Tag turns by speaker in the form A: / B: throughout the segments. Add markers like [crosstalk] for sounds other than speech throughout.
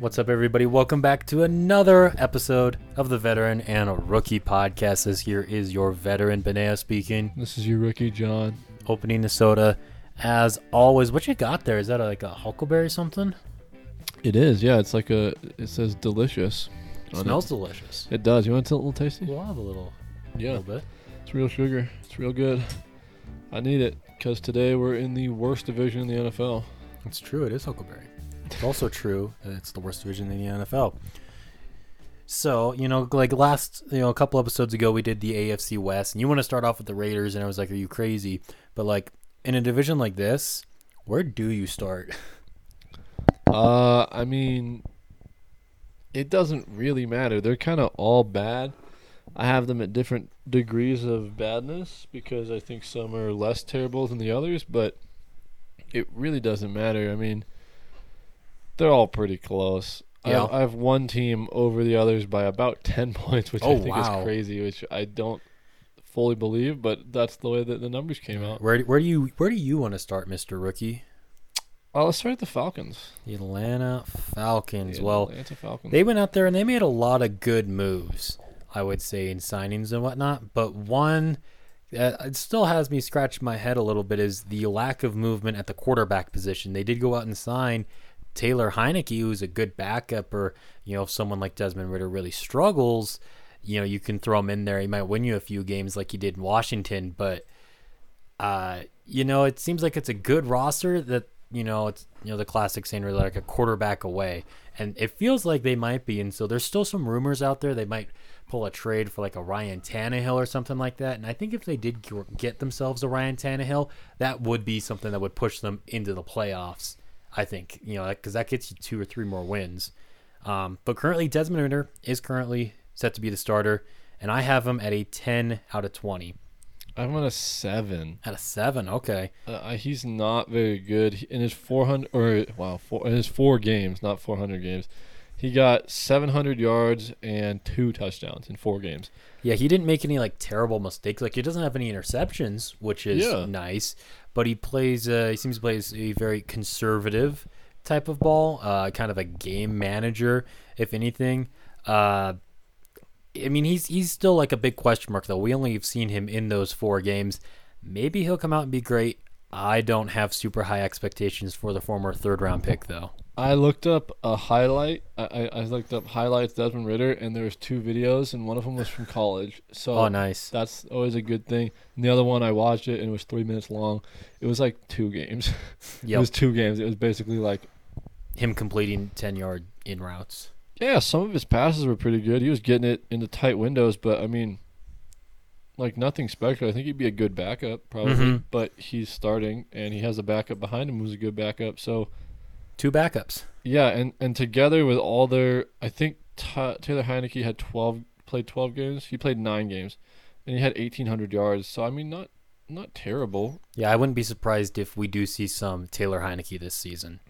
A: What's up, everybody? Welcome back to another episode of the Veteran and a Rookie podcast. This here is your veteran Benea speaking.
B: This is your rookie, John.
A: Opening the soda, as always. What you got there? Is that like a huckleberry something?
B: It is, yeah. It's like a. It says delicious. on it.
A: smells delicious.
B: It does. You want to a little tasty?
A: We'll have a little,
B: Yeah.
A: little bit.
B: It's real sugar. It's real good. I need it because today we're in the worst division in the NFL.
A: It's true. It is Huckleberry. It's also true that it's the worst division in the NFL. So you know, like last you know a couple episodes ago, we did the AFC West, and you want to start off with the Raiders, and I was like, "Are you crazy?" But like in a division like this, where do you start?
B: Uh, I mean, it doesn't really matter. They're kind of all bad. I have them at different degrees of badness because I think some are less terrible than the others, but it really doesn't matter. I mean, they're all pretty close.
A: Yeah.
B: I, I have one team over the others by about [laughs] 10 points, which
A: Oh,
B: I think
A: wow.
B: is crazy, which I don't fully believe, but that's the way that the numbers came out.
A: Where where do you where do you want to start, Mister Rookie?
B: Oh, let's start with the Falcons.
A: The Atlanta Falcons.
B: The
A: Well,
B: Atlanta Falcons.
A: They went out there and they made a lot of good moves, I would say, in signings and whatnot. But one that uh, it still has me scratch my head a little bit is the lack of movement at the quarterback position. They did go out and sign Taylor Heineke, who's a good backup, or you know, if someone like Desmond Ritter really struggles, you know, you can throw him in there. He might win you a few games like he did in Washington, but uh, you know, it seems like it's a good roster that you know it's you know the classic saying we're like a quarterback away, and it feels like they might be. And so there's still some rumors out there they might pull a trade for like a Ryan Tannehill or something like that. And I think if they did g- get themselves a Ryan Tannehill, that would be something that would push them into the playoffs. I think you know because that gets you two or three more wins. Um, but currently, Desmond Ritter is currently set to be the starter, and I have him at a 10 out of 20
B: I'm on a 7.
A: out of seven. Okay.
B: Uh, he's not very good He- in his 400 or wow, four, in his four games, not 400 games. He got 700 yards and two touchdowns in four games.
A: Yeah, he didn't make any like terrible mistakes. Like he doesn't have any interceptions, which is
B: Yeah.
A: nice. But he plays. Uh, he seems to play a very conservative type of ball. Uh, kind of a game manager, if anything. Uh, I mean, he's he's still like a big question mark though. We only have seen him in those four games. Maybe he'll come out and be great. I don't have super high expectations for the former third round pick though.
B: I looked up a highlight. I, I, I looked up highlights Desmond Ritter, and there was two videos, and one of them was from college. So
A: Oh, nice.
B: that's always a good thing. And the other one, I watched it, and it was three minutes long. It was like two games. [laughs] it
A: Yep.
B: was two games. It was basically like
A: Him completing ten yard in routes.
B: Yeah, some of his passes were pretty good. He was getting it into tight windows, but I mean, like nothing special. I think he'd be a good backup probably,
A: Mhm.
B: but he's starting and he has a backup behind him who's a good backup. So
A: Two backups.
B: yeah, and and together with all their, I think Ta Taylor Heineke had twelve played twelve games. He played nine games, and he had eighteen hundred yards. So I mean, not not terrible.
A: Yeah, I wouldn't be surprised if we do see some Taylor Heineke this season.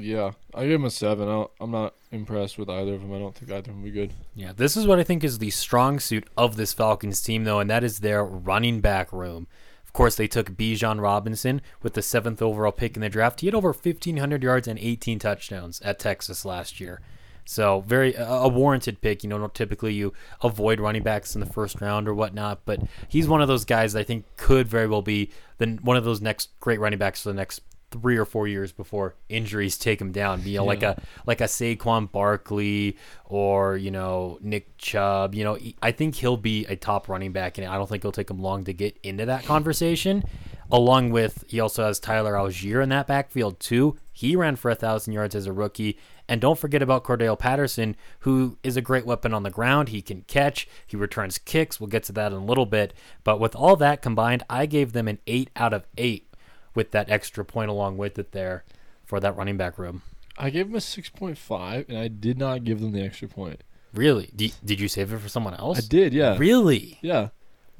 B: Yeah, I give him a seven. I don't, I'm not impressed with either of them. I don't think either of them will be good.
A: Yeah, this is what I think is the strong suit of this Falcons team, though, and that is their running back room. Of course, they took Bijan Robinson with the seventh overall pick in the draft. He had over 1,500 yards and 18 touchdowns at Texas last year. So, very a a warranted pick. You know, typically you avoid running backs in the first round or whatnot, but he's one of those guys that I think could very well be the, one of those next great running backs for the next three or four years before injuries take him down. You know, like
B: Yeah.
A: a like a Saquon Barkley or you know Nick Chubb. You know, he- I think he'll be a top running back, and I don't think it'll take him long to get into that conversation. Along with he also has Tyler Algier in that backfield too. He ran for a thousand yards as a rookie, and don't forget about Cordell Patterson, who is a great weapon on the ground. He can catch, he returns kicks. We'll get to that in a little bit, but with all that combined, I gave them an eight out of eight with that extra point along with it there for that running back room.
B: I gave him a six point five, and I did not give them the extra point.
A: Really? Did, did you save it for someone else?
B: I did, yeah.
A: Really?
B: Yeah.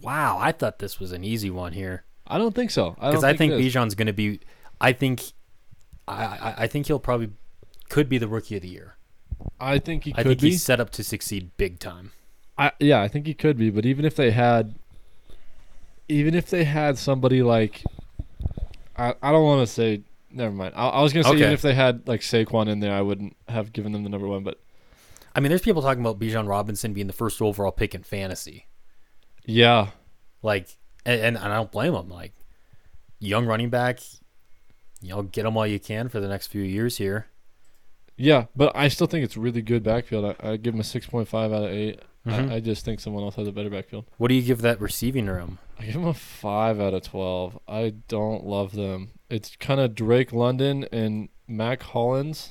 A: Wow, I thought this was an easy one here
B: I don't think so. I don't
A: because I think,
B: it is.
A: Bijan's going to be. I think, I, I I think he'll probably could be the rookie of the year.
B: I think he
A: I
B: could
A: think
B: be.
A: he's set up to succeed big time.
B: I, yeah, I think he could be. But even if they had, even if they had somebody like, I, I don't want to say Never mind. I, I was gonna say even
A: Okay.
B: if they had like Saquon in there, I wouldn't have given them the number one. But
A: I mean, there's people talking about Bijan Robinson being the first overall pick in fantasy.
B: yeah,
A: Like, and, and I don't blame him. Like, young running back, you know, get him while you can for the next few years here.
B: yeah. But I still think it's really good backfield. I, I give them a six point five out of 8
A: Mhm.
B: I, I just think someone else has a better backfield.
A: What do you give that receiving room?
B: I give them a five out of twelve. I don't love them. It's kind of Drake London and Mac Hollins,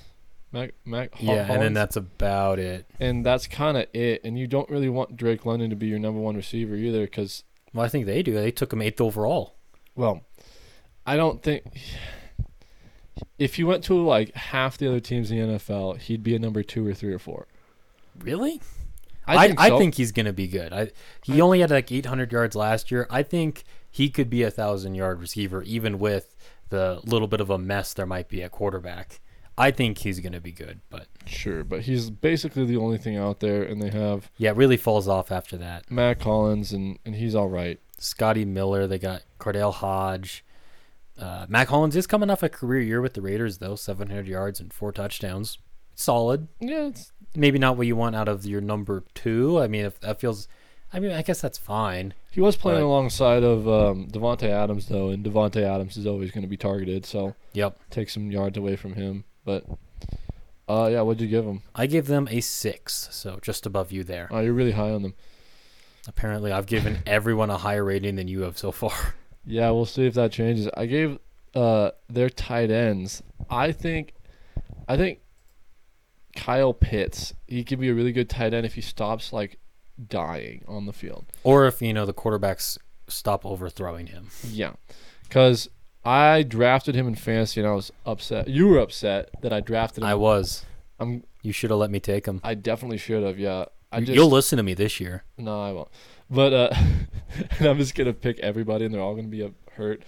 B: Mac Mac. Ho-
A: yeah, and then
B: Hollins.
A: that's about it.
B: and that's kind of it. And you don't really want Drake London to be your number one receiver either, because
A: Well, I think they do. They took him eighth overall.
B: well, I don't think if you went to like half the other teams in the NFL, he'd be a number two or three or four.
A: Really?
B: I think so.
A: he's going to be good. I he only had like 800 yards last year. I think he could be a thousand yard receiver, even with the little bit of a mess there might be at quarterback. I think he's going to be good, but
B: sure, but he's basically the only thing out there, and they have
A: yeah, it really falls off after that.
B: Matt Collins, and and he's all right.
A: Scotty Miller, they got Cardale Hodge. Uh, Mac Hollins is coming off a career year with the Raiders, though 700 yards and four touchdowns. Solid.
B: Yeah, it's,
A: Maybe not what you want out of your number two. I mean, if that feels, I mean, I guess that's fine.
B: he was playing
A: Right.
B: alongside of um, Devonte Adams though, and Devonte Adams is always going to be targeted, so
A: Yep.
B: take some yards away from him. But uh, yeah, what'd you give him?
A: I give them a six, so just above you there.
B: Oh, you're really high on them.
A: Apparently, I've
B: [laughs]
A: given everyone a higher rating than you have so far. [laughs]
B: Yeah, we'll see if that changes. I gave uh their tight ends. I think I think Kyle Pitts, he could be a really good tight end if he stops like dying on the field.
A: Or if, you know, the quarterbacks stop overthrowing him.
B: Yeah. Cuz I drafted him in fantasy and I was upset. You were upset that I drafted him.
A: I was.
B: I'm
A: You should have let me take him.
B: I definitely should have. Yeah. I just
A: You'll listen to me this year.
B: No, I won't. But uh, [laughs] and I'm just gonna pick everybody, and they're all gonna be uh,
A: [laughs]
B: hurt,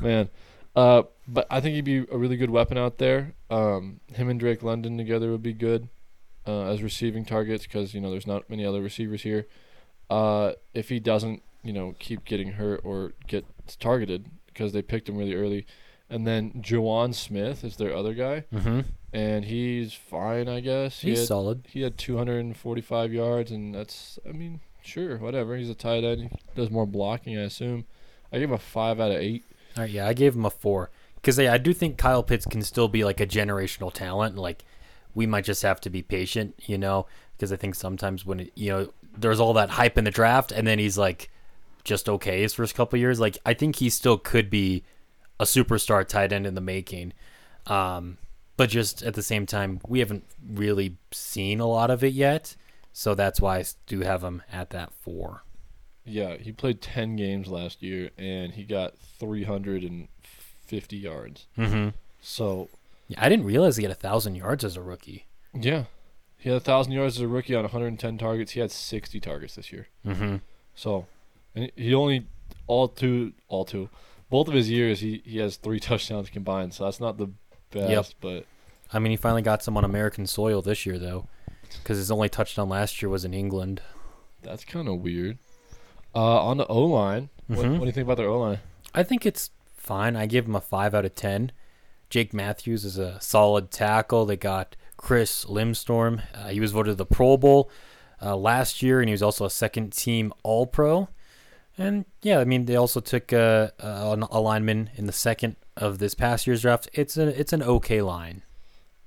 B: man. Uh, but I think he'd be a really good weapon out there. Um, him and Drake London together would be good uh, as receiving targets because you know there's not many other receivers here. Uh, if he doesn't, you know, keep getting hurt or get targeted because they picked him really early, and then Jawan Smith is their other guy,
A: Mm-hmm.
B: and he's fine, I guess. He
A: He's
B: had-
A: solid.
B: he had 245 yards, and that's, I mean, sure, whatever. He's a tight end. He does more blocking, I assume. I gave him a 5 out of 8.
A: All right, yeah, I gave him a four. Because I do think Kyle Pitts can still be like a generational talent. Like, we might just have to be patient, you know? Because I think sometimes when, it, you know, there's all that hype in the draft, and then he's like just okay his first couple years. Like, I think he still could be a superstar tight end in the making. Um, but just at the same time, we haven't really seen a lot of it yet. So that's why I s- do have him at that four.
B: Yeah, he played 10 games last year, and he got 350 yards.
A: Mm-hmm.
B: So,
A: I didn't realize he had a thousand yards as a rookie.
B: yeah. He had 1,000 yards as a rookie on 110 targets. He had 60 targets this year.
A: Mm-hmm.
B: So, and he only, all two, all two, both of his years, he, he has three [laughs] touchdowns combined. So that's not the best, but
A: I mean, he finally got some on American soil this year, though, because his only touchdown last year was in England.
B: That's kind of weird. Uh, on the O line, what,
A: Mhm.
B: what do you think about their O line?
A: I think it's fine. I give him a 5 out of 10. Jake Matthews is a solid tackle. They got Chris Limstorm. Uh, he was voted the Pro Bowl uh, last year, and he was also a second team All Pro. And yeah, I mean, they also took uh, uh, an- a lineman in the second of this past year's draft. It's a it's an okay line.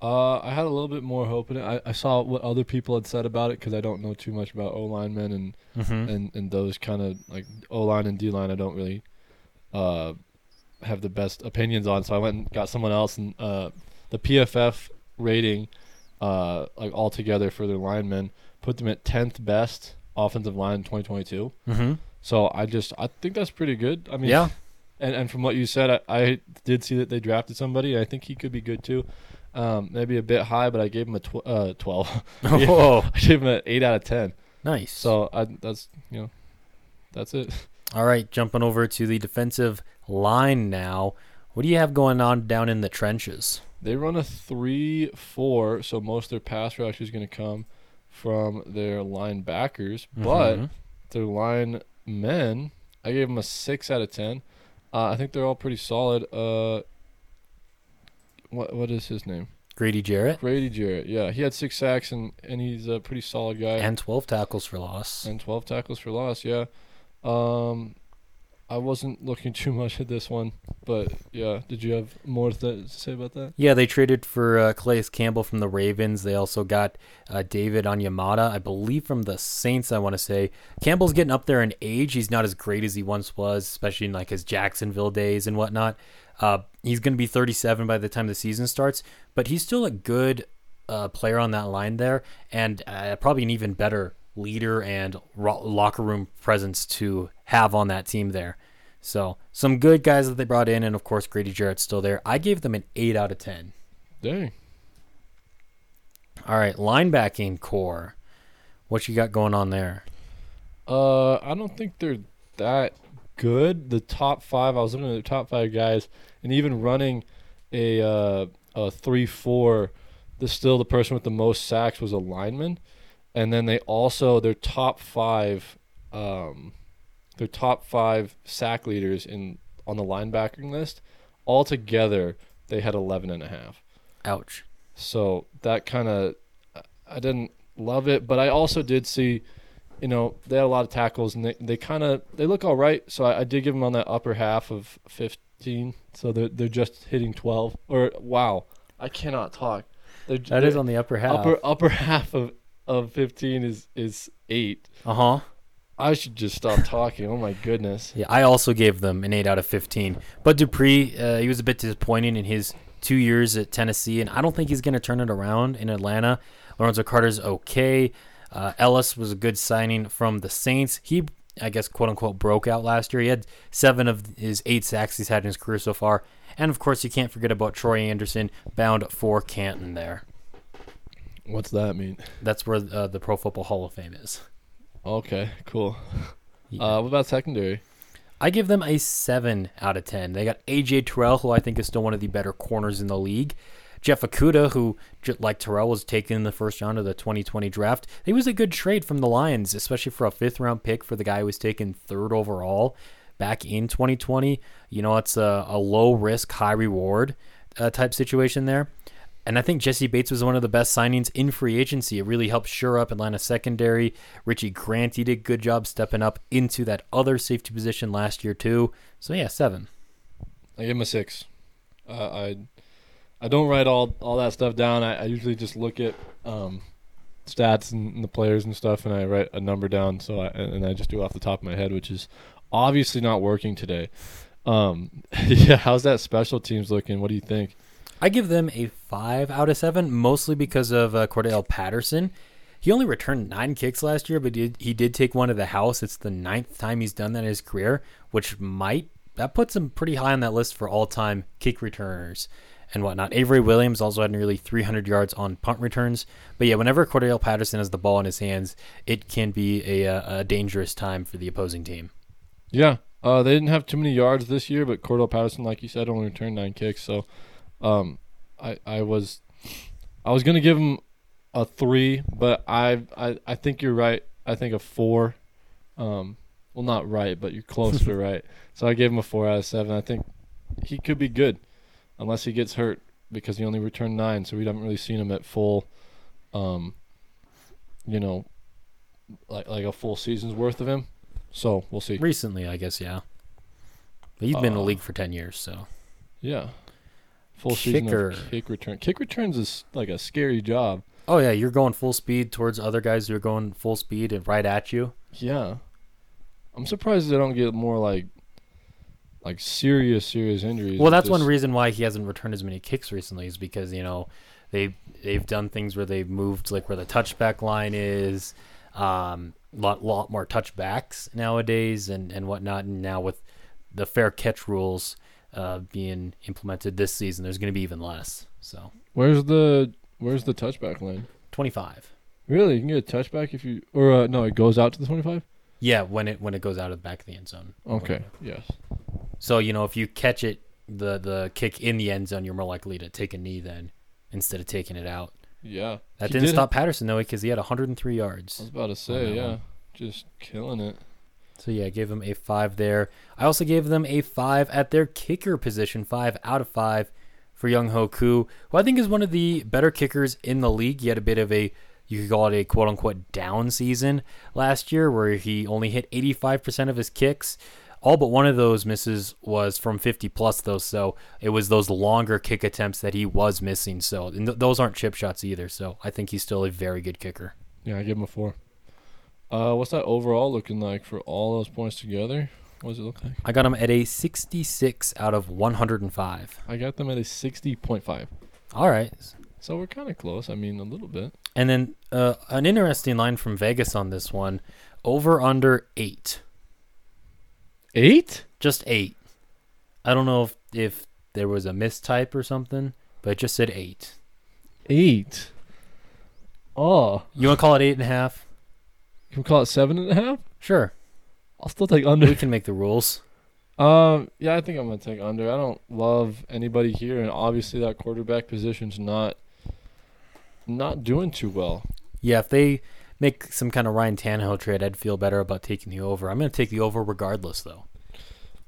B: Uh, I had a little bit more hope in it. I, I saw what other people had said about it because I don't know too much about O linemen and,
A: Mm-hmm.
B: and, and those kind of like O line and D line. I don't really uh, have the best opinions on. So I went and got someone else and uh, the PFF rating, uh, like all together for their linemen, put them at 10th best offensive line in 2022.
A: Mm-hmm.
B: So I just I think that's pretty good. I mean,
A: yeah,
B: And and from what you said, I, I did see that they drafted somebody. I think he could be good too. Um, maybe a bit high, but I gave him a tw- uh, twelve. [laughs] [laughs] Yeah.
A: [laughs] Whoa.
B: I gave him an eight out of ten.
A: nice.
B: So I, that's you know, that's it. [laughs]
A: All right, jumping over to the defensive line now. What do you have going on down in the trenches?
B: They run a three-four, so most of their pass rush is going to come from their linebackers. But
A: Mhm.
B: their line men, I gave them a six out of ten. Uh, I think they're all pretty solid. Uh, What what is his name?
A: Grady Jarrett
B: Grady Jarrett. Yeah, he had six sacks and and he's a pretty solid guy.
A: and 12 tackles for loss.
B: and 12 tackles for loss. Yeah. Um, I wasn't looking [laughs] too much at this one, but yeah. Did you have more th- to say about that?
A: Yeah, they traded for uh, Calais Campbell from the Ravens. They also got uh, David Onyemata, I believe, from the Saints. I want to say Campbell's getting up there in age. He's not as great as he once was, especially in like his Jacksonville days and whatnot. Uh, he's going to be 37 by the time the season starts, but he's still a good uh, player on that line there, and uh, probably an even better leader and ro- locker room presence to have on that team there. So some good guys that they brought in, and of course Grady Jarrett's still there. I gave them an eight out of ten.
B: Dang.
A: All right, linebacking core, what you got going on there?
B: Uh, I don't think they're that good. The top five. I was looking at the top five guys, and even running a uh, a three four, the still the person with the most sacks was a lineman, and then they also their top five, um, their top five sack leaders in on the linebacking list, altogether they had 11 and a half.
A: Ouch.
B: So that kind of, I didn't love it, but I also did see, you know, they had a lot of tackles and they, they kind of they look all right. So I, I did give them on that upper half of 15. So they're they're just hitting 12. Or wow, I cannot talk. They're,
A: That is on the upper half.
B: upper upper [laughs] half of of 15 is is eight.
A: Uh huh.
B: I should just stop talking. oh my goodness.
A: Yeah, I also gave them an eight out of fifteen. But Dupree, uh, he was a bit disappointing in his two years at Tennessee, and I don't think he's going to turn it around in Atlanta. Lorenzo Carter's okay. Uh, Ellis was a good signing from the Saints. He, I guess, quote unquote, broke out last year. He had seven of his eight sacks he's had in his career so far. And of course, you can't forget about Troy Anderson, bound for Canton there.
B: What's that mean?
A: That's where uh, the Pro Football Hall of Fame is.
B: Okay, cool.
A: [laughs] Yeah.
B: Uh, what about secondary?
A: I give them a 7 out of 10. They got AJ Terrell, who I think is still one of the better corners in the league. Jeff Okuda, who, j- like Terrell, was taken in the first round of the 2020 draft. It was a good trade from the Lions, especially for a fifth round pick for the guy who was taken third overall back in 2020. You know, it's a, a low risk, high reward uh, type situation there. And I think Jesse Bates was one of the best signings in free agency. It really helped shore up Atlanta secondary. Richie Grant, he did a good job stepping up into that other safety position last year too. So yeah, seven.
B: I give him a six. Uh, I I don't write all all that stuff down. I, I usually just look at um, stats and, and the players and stuff, and I write a number down. So I, and and I just do off the top of my head, which is obviously not working today. Um, [laughs] yeah, how's that special teams looking? What do you think?
A: I give them a five out of seven, mostly because of uh, Cordell Patterson. He only returned nine kicks last year, but did, he did take one to the house. It's the ninth time he's done that in his career, which might that puts him pretty high on that list for all-time kick returners and whatnot. Avery Williams also had nearly 300 yards on punt returns, but yeah, whenever Cordell Patterson has the ball in his hands, it can be a, uh a dangerous time for the opposing team.
B: Yeah, uh, they didn't have too many yards this year, but Cordell Patterson, like you said, only returned nine kicks. So, um, I I was I was gonna give him a three, but I I I think you're right. I think a four. Um, well, not right, but you're close to right. So I gave him a four out of seven. I think he could be good, unless he gets hurt because he only returned nine. So we haven't really seen him at full, um, you know, like like a full season's worth of him. So we'll see.
A: Recently, I guess, yeah. But he's been in the
B: Uh,
A: league for 10 years, so
B: Yeah. Full season of
A: Kicker.
B: kick return. Kick returns is like a scary job.
A: Oh yeah, you're going full speed towards other guys who are going full speed and right at you.
B: Yeah. I'm surprised they don't get more like like serious serious injuries.
A: Well,
B: It
A: that's one
B: just-
A: reason why he hasn't returned as many kicks recently is because you know they they've done things where they've moved like where the touchback line is, um, lot lot more touchbacks nowadays and and whatnot. And now with the fair catch rules uh, being implemented this season, there's going to be even less. So
B: Where's the where's the touchback line?
A: 25.
B: Really? You can get a touchback if you or uh, no, it goes out to the 25?
A: Yeah, when it when it goes out of the back of the end zone.
B: Okay. Yes.
A: So you know, if you catch it, the the kick in the end zone, you're more likely to take a knee then instead of taking it out.
B: Yeah.
A: That
B: He
A: didn't
B: did-
A: stop Patterson though, because he had 103
B: I was
A: yards.
B: about to say,
A: that
B: yeah.
A: one.
B: Just killing it.
A: So yeah, I gave him a five there. I also gave them a five at their kicker position, five out of five. for Young Hoku, who I think is one of the better kickers in the league. He had a bit of a you could call it a quote unquote down season last year where he only hit 85% of his kicks. All but one of those misses was from 50 plus, though. So it was those longer kick attempts that he was missing. So and th- those aren't chip shots either. So I think he's still a very good kicker.
B: Yeah, I give him a four. Uh, what's that overall looking like for all those points together? What does it look like?
A: I got him at a 66 out of 105.
B: I got them at a sixty point five.
A: All right.
B: So we're kind of close. I mean, a little bit.
A: And then uh, an interesting line from Vegas on this one over under eight.
B: Eight?
A: Just eight. I don't know if, if there was a mistype or something, but it just said eight.
B: Eight. Oh,
A: You want to call it eight and a half?
B: can we call it seven and a half?
A: Sure.
B: I'll still take
A: We
B: under.
A: can make the rules.
B: [laughs] um, yeah, I think I'm gonna take under. I don't love anybody here, and obviously that quarterback position's not not doing too well.
A: Yeah, if they make some kind of Ryan Tannehill trade, I'd feel better about taking the over. I'm going to take the over regardless, though.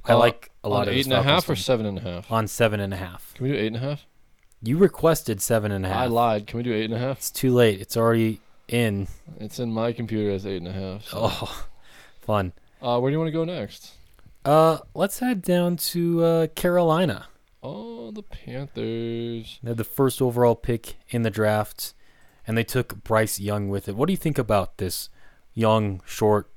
A: I
B: Uh,
A: like a
B: On
A: lot of
B: eight
A: this
B: and a half or
A: Falcons
B: seven and a half.
A: team. on seven and a half.
B: Can we do eight and a half?
A: You requested seven and a half.
B: I lied. Can we do eight and a half?
A: It's too late. It's already in.
B: It's in my computer as eight and a half. so-
A: Oh, fun.
B: Uh, where do you want to go next?
A: Uh, let's head down to uh, Carolina.
B: Oh, the Panthers.
A: They had the first overall pick in the draft, and they took Bryce Young with it. What do you think about this young, short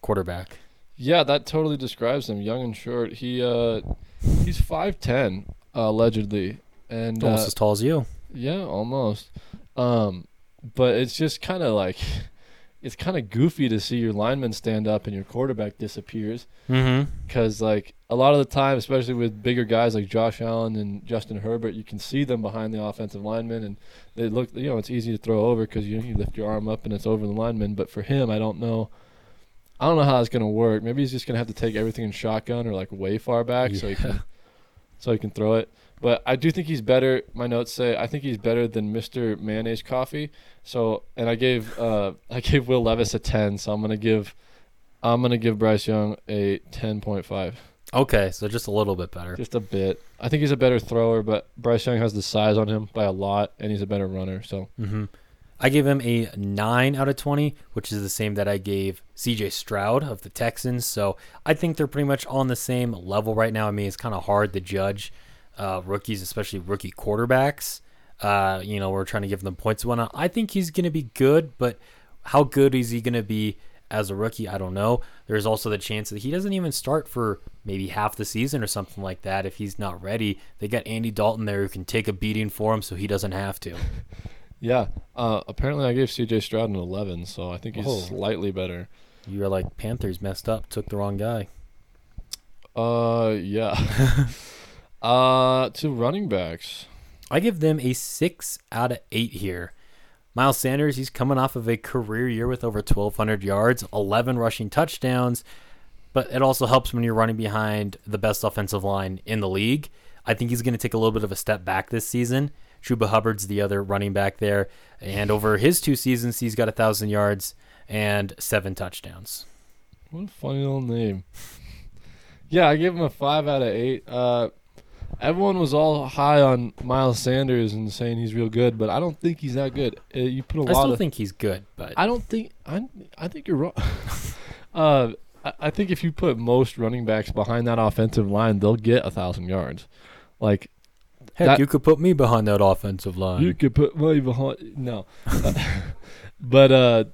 A: quarterback?
B: Yeah, that totally describes him. Young and short. He uh, he's five ten uh, allegedly, and uh,
A: Almost as tall as you.
B: yeah, almost. Um, but it's just kind of like, it's kind of goofy to see your lineman stand up and your quarterback disappears.
A: Mm-hmm.
B: because like a lot of the time, especially with bigger guys like Josh Allen and Justin Herbert, you can see them behind the offensive lineman, and they look. You know, it's easy to throw over because you, you lift your arm up and it's over the lineman. But for him, I don't know. I don't know how it's gonna work. Maybe he's just gonna have to take everything in shotgun or like way far back so he can so he can throw it. But I do think he's better. My notes say I think he's better than Mr. Mayonnaise Coffee. So and I gave uh [laughs] I gave Will Levis a ten. So I'm gonna give I'm gonna give Bryce Young a ten point five.
A: Okay, so just a little bit better.
B: Just a bit. I think he's a better thrower, but Bryce Young has the size on him by a lot, and he's a better runner. So
A: Mm-hmm. I gave him a 9 out of 20, which is the same that I gave CJ Stroud of the Texans. So I think they're pretty much on the same level right now. I mean, it's kind of hard to judge uh, rookies, especially rookie quarterbacks. Uh, you know, we're trying to give them points and whatnot. I think he's going to be good, but how good is he going to be as a rookie? I don't know. There's also the chance that he doesn't even start for maybe half the season or something like that if he's not ready. They got Andy Dalton there who can take a beating for him so he doesn't have to.
B: yeah, uh, apparently I gave C.J. Stroud an eleven, so I think he's
A: Oh.
B: slightly better.
A: You were like Panthers messed up, took the wrong guy.
B: Uh, yeah. [laughs] uh, to running backs.
A: I give them a six out of eight here. Miles Sanders, he's coming off of a career year with over 1,200 yards, 11 rushing touchdowns, but it also helps when you're running behind the best offensive line in the league. I think he's going to take a little bit of a step back this season. Chuba Hubbard's the other running back there, and over his two seasons, he's got 1,000 yards and seven touchdowns.
B: What a funny little name. yeah, I gave him a five out of eight. Uh, everyone was all high on Miles Sanders and saying he's real good, but I don't think he's that good. Uh, you put a
A: I
B: lot
A: still
B: of
A: think he's good, but
B: I don't think I. I think you're wrong. [laughs] uh, I, I think if you put most running backs behind that offensive line, they'll get a thousand yards. Like
A: heck,
B: that-
A: you could put me behind that offensive line.
B: you could put money behind. No, [laughs] but uh,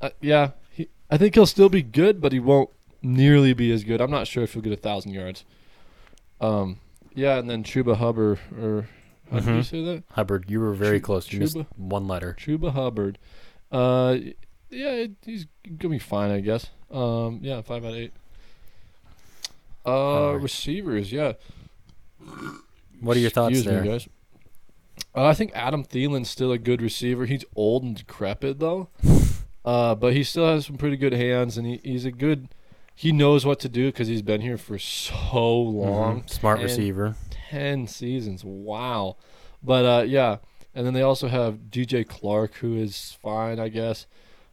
B: uh, yeah, he, I think he'll still be good, but he won't nearly be as good. I'm not sure if he'll get a thousand yards. Um, yeah, and then Chuba Hubbard or how do you
A: Mhm.
B: say that?
A: Hubbard, you were very
B: Chu-
A: close. You missed
B: Chuba?
A: one letter.
B: Chuba Hubbard. Uh, yeah, it- he's gonna be fine, I guess. Um, yeah, five out of eight. Uh,
A: Alright.
B: receivers, yeah.
A: What are your thoughts
B: Excuse
A: there?
B: Me, guys. Uh, I think Adam Thielen's still a good receiver. He's old and
A: [laughs]
B: decrepit though, uh, but he still has some pretty good hands, and he, he's a good. He knows what to do because he's been here for so long.
A: Mhm. smart
B: and-
A: receiver.
B: 10 seasons. Wow. But uh, yeah, and then they also have DJ Clark, who is fine, I guess.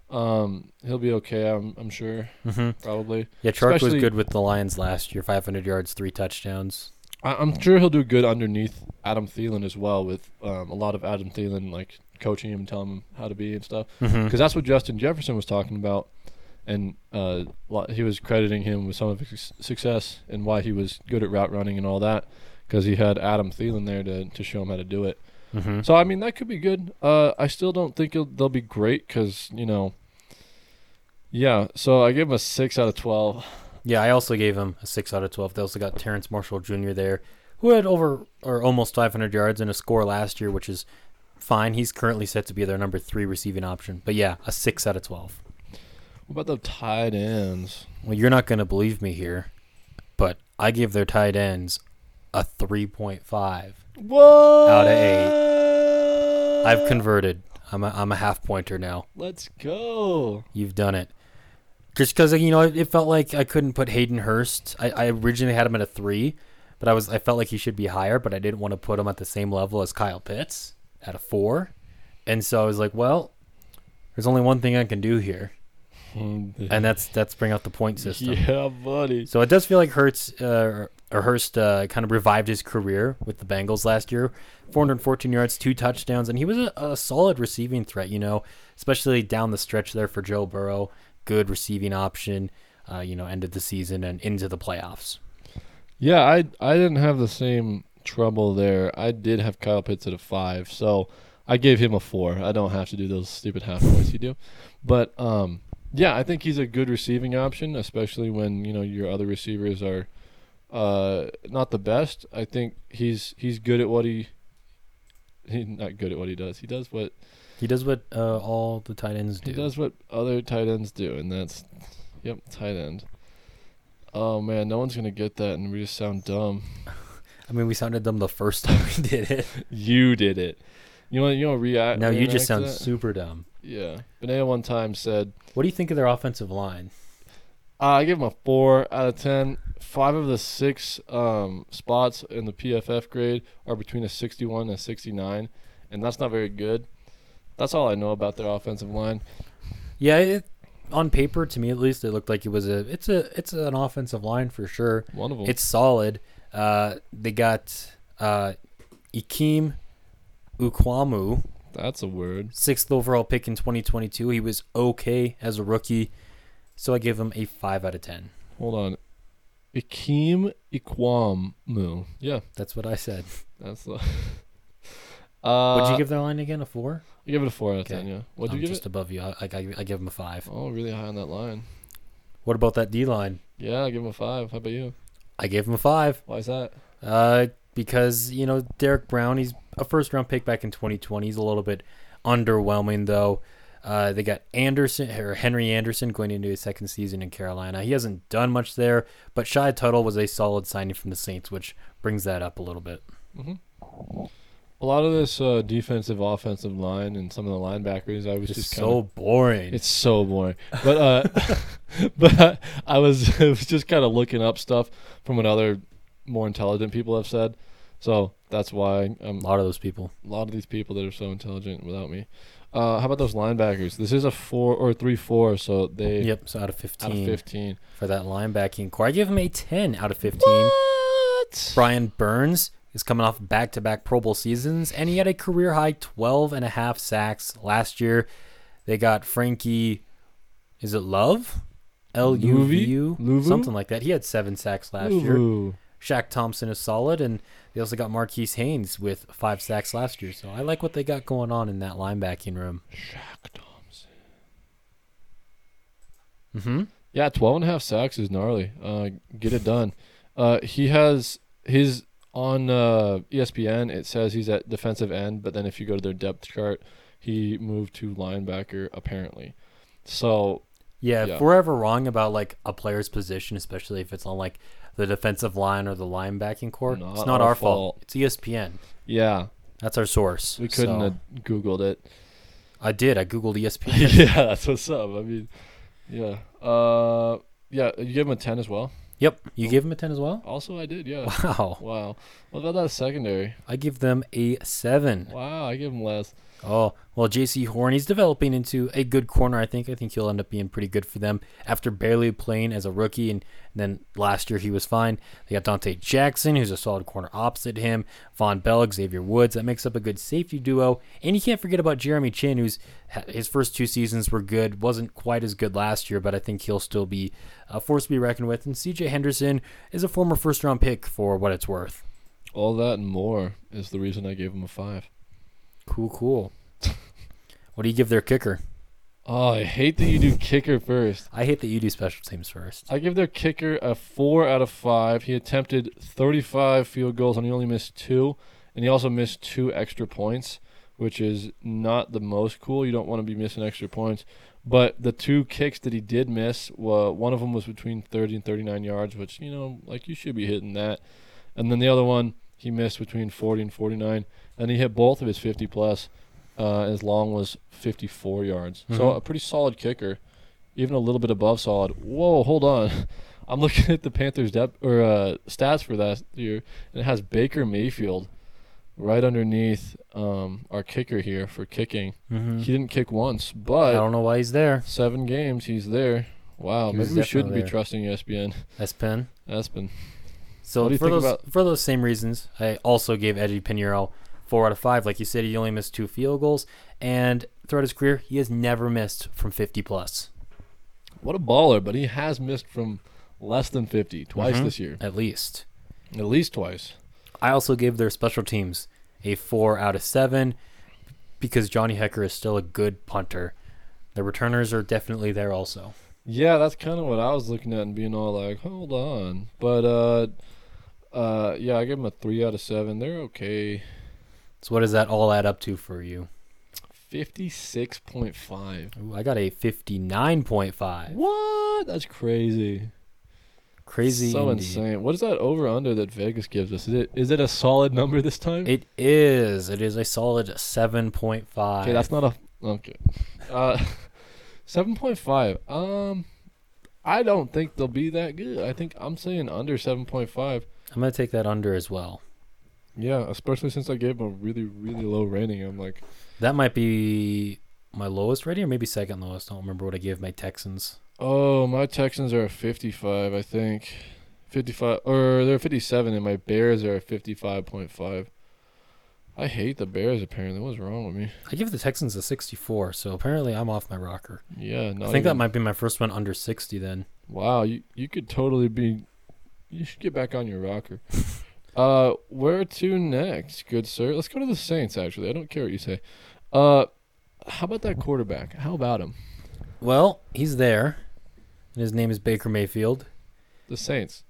B: Um, he'll be okay, I'm, I'm sure,
A: hmm
B: probably.
A: Yeah, Chark was
B: Especially-
A: good with the Lions last year. 500 yards, three touchdowns.
B: I, I'm sure he'll do good underneath Adam Thielen as well, with um, a lot of Adam Thielen like coaching him and telling him how to be and stuff.
A: Mhm.
B: Because that's what Justin Jefferson was talking about, and uh, lo- he was crediting him with some of his s- success and why he was good at route running and all that, because he had Adam Thielen there to to show him how to do it.
A: Mhm.
B: So I mean that could be good. Uh, I still don't think it'll, they'll be great because you know. Yeah, so I give him a six out of twelve.
A: Yeah, I also gave him a six out of twelve. They also got Terrence Marshall Jr. there, who had over or almost 500 yards and a score last year, which is fine. He's currently set to be their number three receiving option. But yeah, a six out of twelve.
B: What about the tight ends?
A: Well, you're not going to believe me here, but I give their tight ends a 3.5.
B: What?
A: of
B: eight.
A: I've converted. I'm a, I'm a half pointer now.
B: Let's go.
A: You've done it. Just because you know, it felt like I couldn't put Hayden Hurst. I, I originally had him at a three, but I was I felt like he should be higher, but I didn't want to put him at the same level as Kyle Pitts at a four, and so I was like, well, there's only one thing I can do here, and that's that's bring out the point system.
B: [laughs] yeah, buddy.
A: So it does feel like Hurts uh, or Hurst uh, kind of revived his career with the Bengals last year. 414 yards, two touchdowns, and he was a, a solid receiving threat. You know, especially down the stretch there for Joe Burrow, good receiving option. Uh, you know, end of the season and into the playoffs.
B: Yeah, I I didn't have the same trouble there. I did have Kyle Pitts at a five, so I gave him a four. I don't have to do those stupid half points you do, but um, yeah, I think he's a good receiving option, especially when you know your other receivers are uh not the best. I think he's he's good at what he. He's not good at what he does. He does what
A: He does what uh, all the tight ends do.
B: He does what other tight ends do, and that's, yep, tight end. Oh man, no one's gonna get that, and we just sound dumb.
A: I mean, we sounded dumb the first [laughs] time we did it.
B: You did it. You want you know react?
A: now you just
B: reenact
A: sound
B: that?
A: super dumb.
B: yeah. Benea one time said, "Ah,
A: What do you think of their offensive line?
B: "I give him a four out of ten. Five of the six um, spots in the PFF grade are between a 61 and a 69, and that's not very good. That's all I know about their offensive line.
A: Yeah, it, on paper, to me at least, it looked like it was a. It's a. It's an offensive line for sure.
B: One of them.
A: It's solid. Uh, they got uh, Ikem Ukwamu,
B: that's a word.
A: sixth overall pick in 2022. He was okay as a rookie, so I give him a five out of ten.
B: Hold on. Ikim Ikwamu. Yeah,
A: That's what I said.
B: that's the. [laughs] uh,
A: Would you give their line again a four?
B: I give it a four out of
A: Okay.
B: ten. Yeah. What do
A: I'm
B: you give
A: just above you. I, I, I give him a five.
B: it? Oh, really high on that line.
A: What about that D line?
B: Yeah, I give him a five. How about you?
A: I gave him a five.
B: Why is that?
A: Uh, because you know Derek Brown, he's a first round pick back in 2020. He's a little bit underwhelming though. Uh, they got Anderson or Henry Anderson going into his second season in Carolina. He hasn't done much there, but Shy Tuttle was a solid signing from the Saints, which brings that up a little bit.
B: A lot of this uh, defensive, offensive line, and some of the linebackers, I was
A: It's
B: just
A: just
B: kind
A: so boring.
B: It's so boring. But uh, [laughs] but I, I was [laughs] I was just kind of looking up stuff from what other more intelligent people have said. So that's why I'm
A: a lot of those people.
B: a lot of these people that are so intelligent without me. Uh, how about those linebackers? This is a four or three four, so they
A: Yep. So out of
B: out
A: 15
B: of fifteen.
A: for that linebacking core, I give him a 10 out of 15.
B: What?
A: Brian Burns is coming off back to back Pro Bowl seasons, and he had a career high 12 and a half sacks last year. They got Frankie, is it Love? L U V U?
B: Luvu?
A: Something like that. He had seven sacks last year.
B: Ooh.
A: Shaq Thompson is solid, and they also got Marquise Haynes with five sacks last year. So I like what they got going on in that linebacking room.
B: Shaq Thompson.
A: hmm
B: Yeah, 12 and a half sacks is gnarly. Uh, get it done. Uh, he has his on uh, ESPN. It says he's at defensive end, but then if you go to their depth chart, he moved to linebacker apparently. So
A: Yeah,
B: Yeah.
A: if we're ever wrong about like a player's position, especially if it's on like the defensive line or the linebacking core,
B: Not
A: it's not
B: our
A: our fault.
B: fault.
A: It's E ESPN.
B: yeah,
A: That's our source.
B: we couldn't
A: so-
B: have
A: [laughs]
B: googled it. [laughs]
A: I did. I googled E ESPN.
B: yeah, that's what's up. I mean, yeah. Uh, yeah, you gave him a 10 as well.
A: yep. You gave them a ten as well.
B: Also, I did, yeah.
A: Wow.
B: Wow. What about that secondary?
A: I give them a seven.
B: Wow, I give him less.
A: Oh, well, J.C. Horn, he's developing into a good corner, I think. I think he'll end up being pretty good for them after barely playing as a rookie. And, and then last year, he was fine. They got Dante Jackson, who's a solid corner opposite him, Von Bell, Xavier Woods. That makes up a good safety duo. And you can't forget about Jeremy Chin, who's his first two seasons were good, wasn't quite as good last year, but I think he'll still be a force to be reckoned with. And C.J. Henderson is a former first round pick for what it's worth.
B: All that and more is the reason I gave him a five.
A: Cool, cool. what do you give their kicker?
B: Oh, I hate that you do kicker first.
A: I hate that you do special teams first.
B: I give their kicker a four out of five. He attempted 35 field goals and he only missed two, and he also missed two extra points, which is not the most cool. You don't want to be missing extra points. But the two kicks that he did miss, well, one of them was between 30 and 39 yards, which you know, like you should be hitting that, and then the other one he missed between 40 and 49, and he hit both of his 50 plus. Uh, as long was 54 yards. So
A: Mhm.
B: a pretty solid kicker, even a little bit above solid. Whoa, hold on. [laughs] I'm looking at the Panthers' depth or uh, stats for last year, and it has Baker Mayfield right underneath um, our kicker here for kicking.
A: Mm-hmm.
B: He didn't kick once,
A: I
B: but
A: don't know why he's there.
B: seven games he's there. Wow,
A: He was
B: maybe we shouldn't
A: definitely
B: be
A: there.
B: trusting E ESPN.
A: That's Penn.
B: Aspen. What
A: So
B: do you
A: for
B: think
A: those
B: about-
A: for those same reasons, I also gave Eddie Pinheiro four out of five. Like you said, he only missed two field goals, and throughout his career, he has never missed from 50 plus,
B: What a baller, but he has missed from less than 50 twice
A: Mhm.
B: this year,
A: at least.
B: at least twice.
A: I also gave their special teams a four out of seven because Johnny Hecker is still a good punter. The returners are definitely there also.
B: Yeah, that's kind of what I was looking at and being all like, hold on. But uh, uh, yeah, I give them a three out of seven. They're okay.
A: So what does that all add up to for you?
B: Fifty-six point five.
A: Ooh, I got a 59.5.
B: What? That's crazy.
A: Crazy.
B: So
A: indeed.
B: insane. What is that over under that Vegas gives us? Is it is it a solid number this time?
A: It is. It is a solid 7.5.
B: okay, that's not a okay. Uh, [laughs] seven point five. Um, I don't think they'll be that good. I think I'm saying under seven point five.
A: I'm going to take that under as well.
B: Yeah, especially since I gave them a really really low rating. I'm like.
A: That might be my lowest rating or maybe second lowest. I don't remember what I gave my Texans.
B: Oh, my Texans are a 55, I think. 55 or they're 57 and my Bears are a 55.5. I hate the Bears apparently. What's wrong with me?
A: I give the Texans a 64, so apparently I'm off my rocker.
B: Yeah, no.
A: I think that might be my first one under 60 then.
B: Wow, you you could totally be you should get back on your rocker. uh where to next, good sir? Let's go to the Saints actually. I don't care what you say. Uh how about that quarterback? How about him?
A: Well, he's there. And his name is Baker Mayfield.
B: The Saints.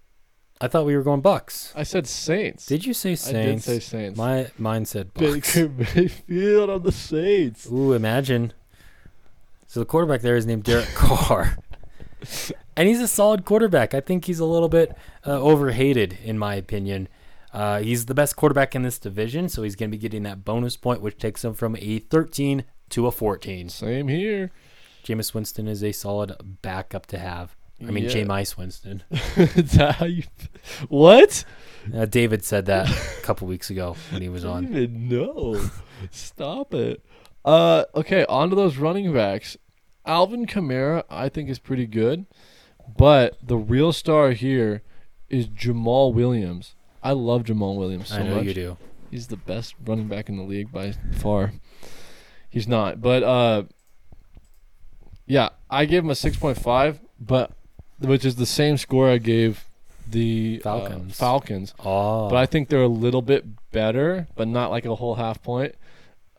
A: I thought we were going Bucks.
B: I said Saints.
A: Did you say
B: I did
A: Saints?
B: say Saints.
A: My mine said Bucks.
B: [laughs] Baker Mayfield on the Saints.
A: [laughs] Ooh, imagine. So the quarterback there is named Derek [laughs] Carr. and he's a solid quarterback. I think he's a little bit uh, overhated, in my opinion. Uh, he's the best quarterback in this division, so he's going to be getting that bonus point, which takes him from a 13 to a 14.
B: Same here.
A: Jameis Winston is a solid backup to have. I mean,
B: Yeah.
A: Jameis Winston.
B: Is that how you? What?
A: Uh, David said that
B: [laughs]
A: a couple weeks ago when he was
B: I
A: on.
B: don't even
A: [laughs]
B: know. Stop it. Uh, okay, on to those running backs. Alvin Kamara, I think, is pretty good, but the real star here is Jamal Williams. I love Jamal Williams so
A: I know
B: much.
A: you do.
B: He's the best running back in the league by far. He's not, but uh, yeah, I gave him a six point five, but which is the same score I gave the uh,
A: Falcons.
B: Falcons,
A: Oh,
B: but I think they're a little bit better, but not like a whole half point.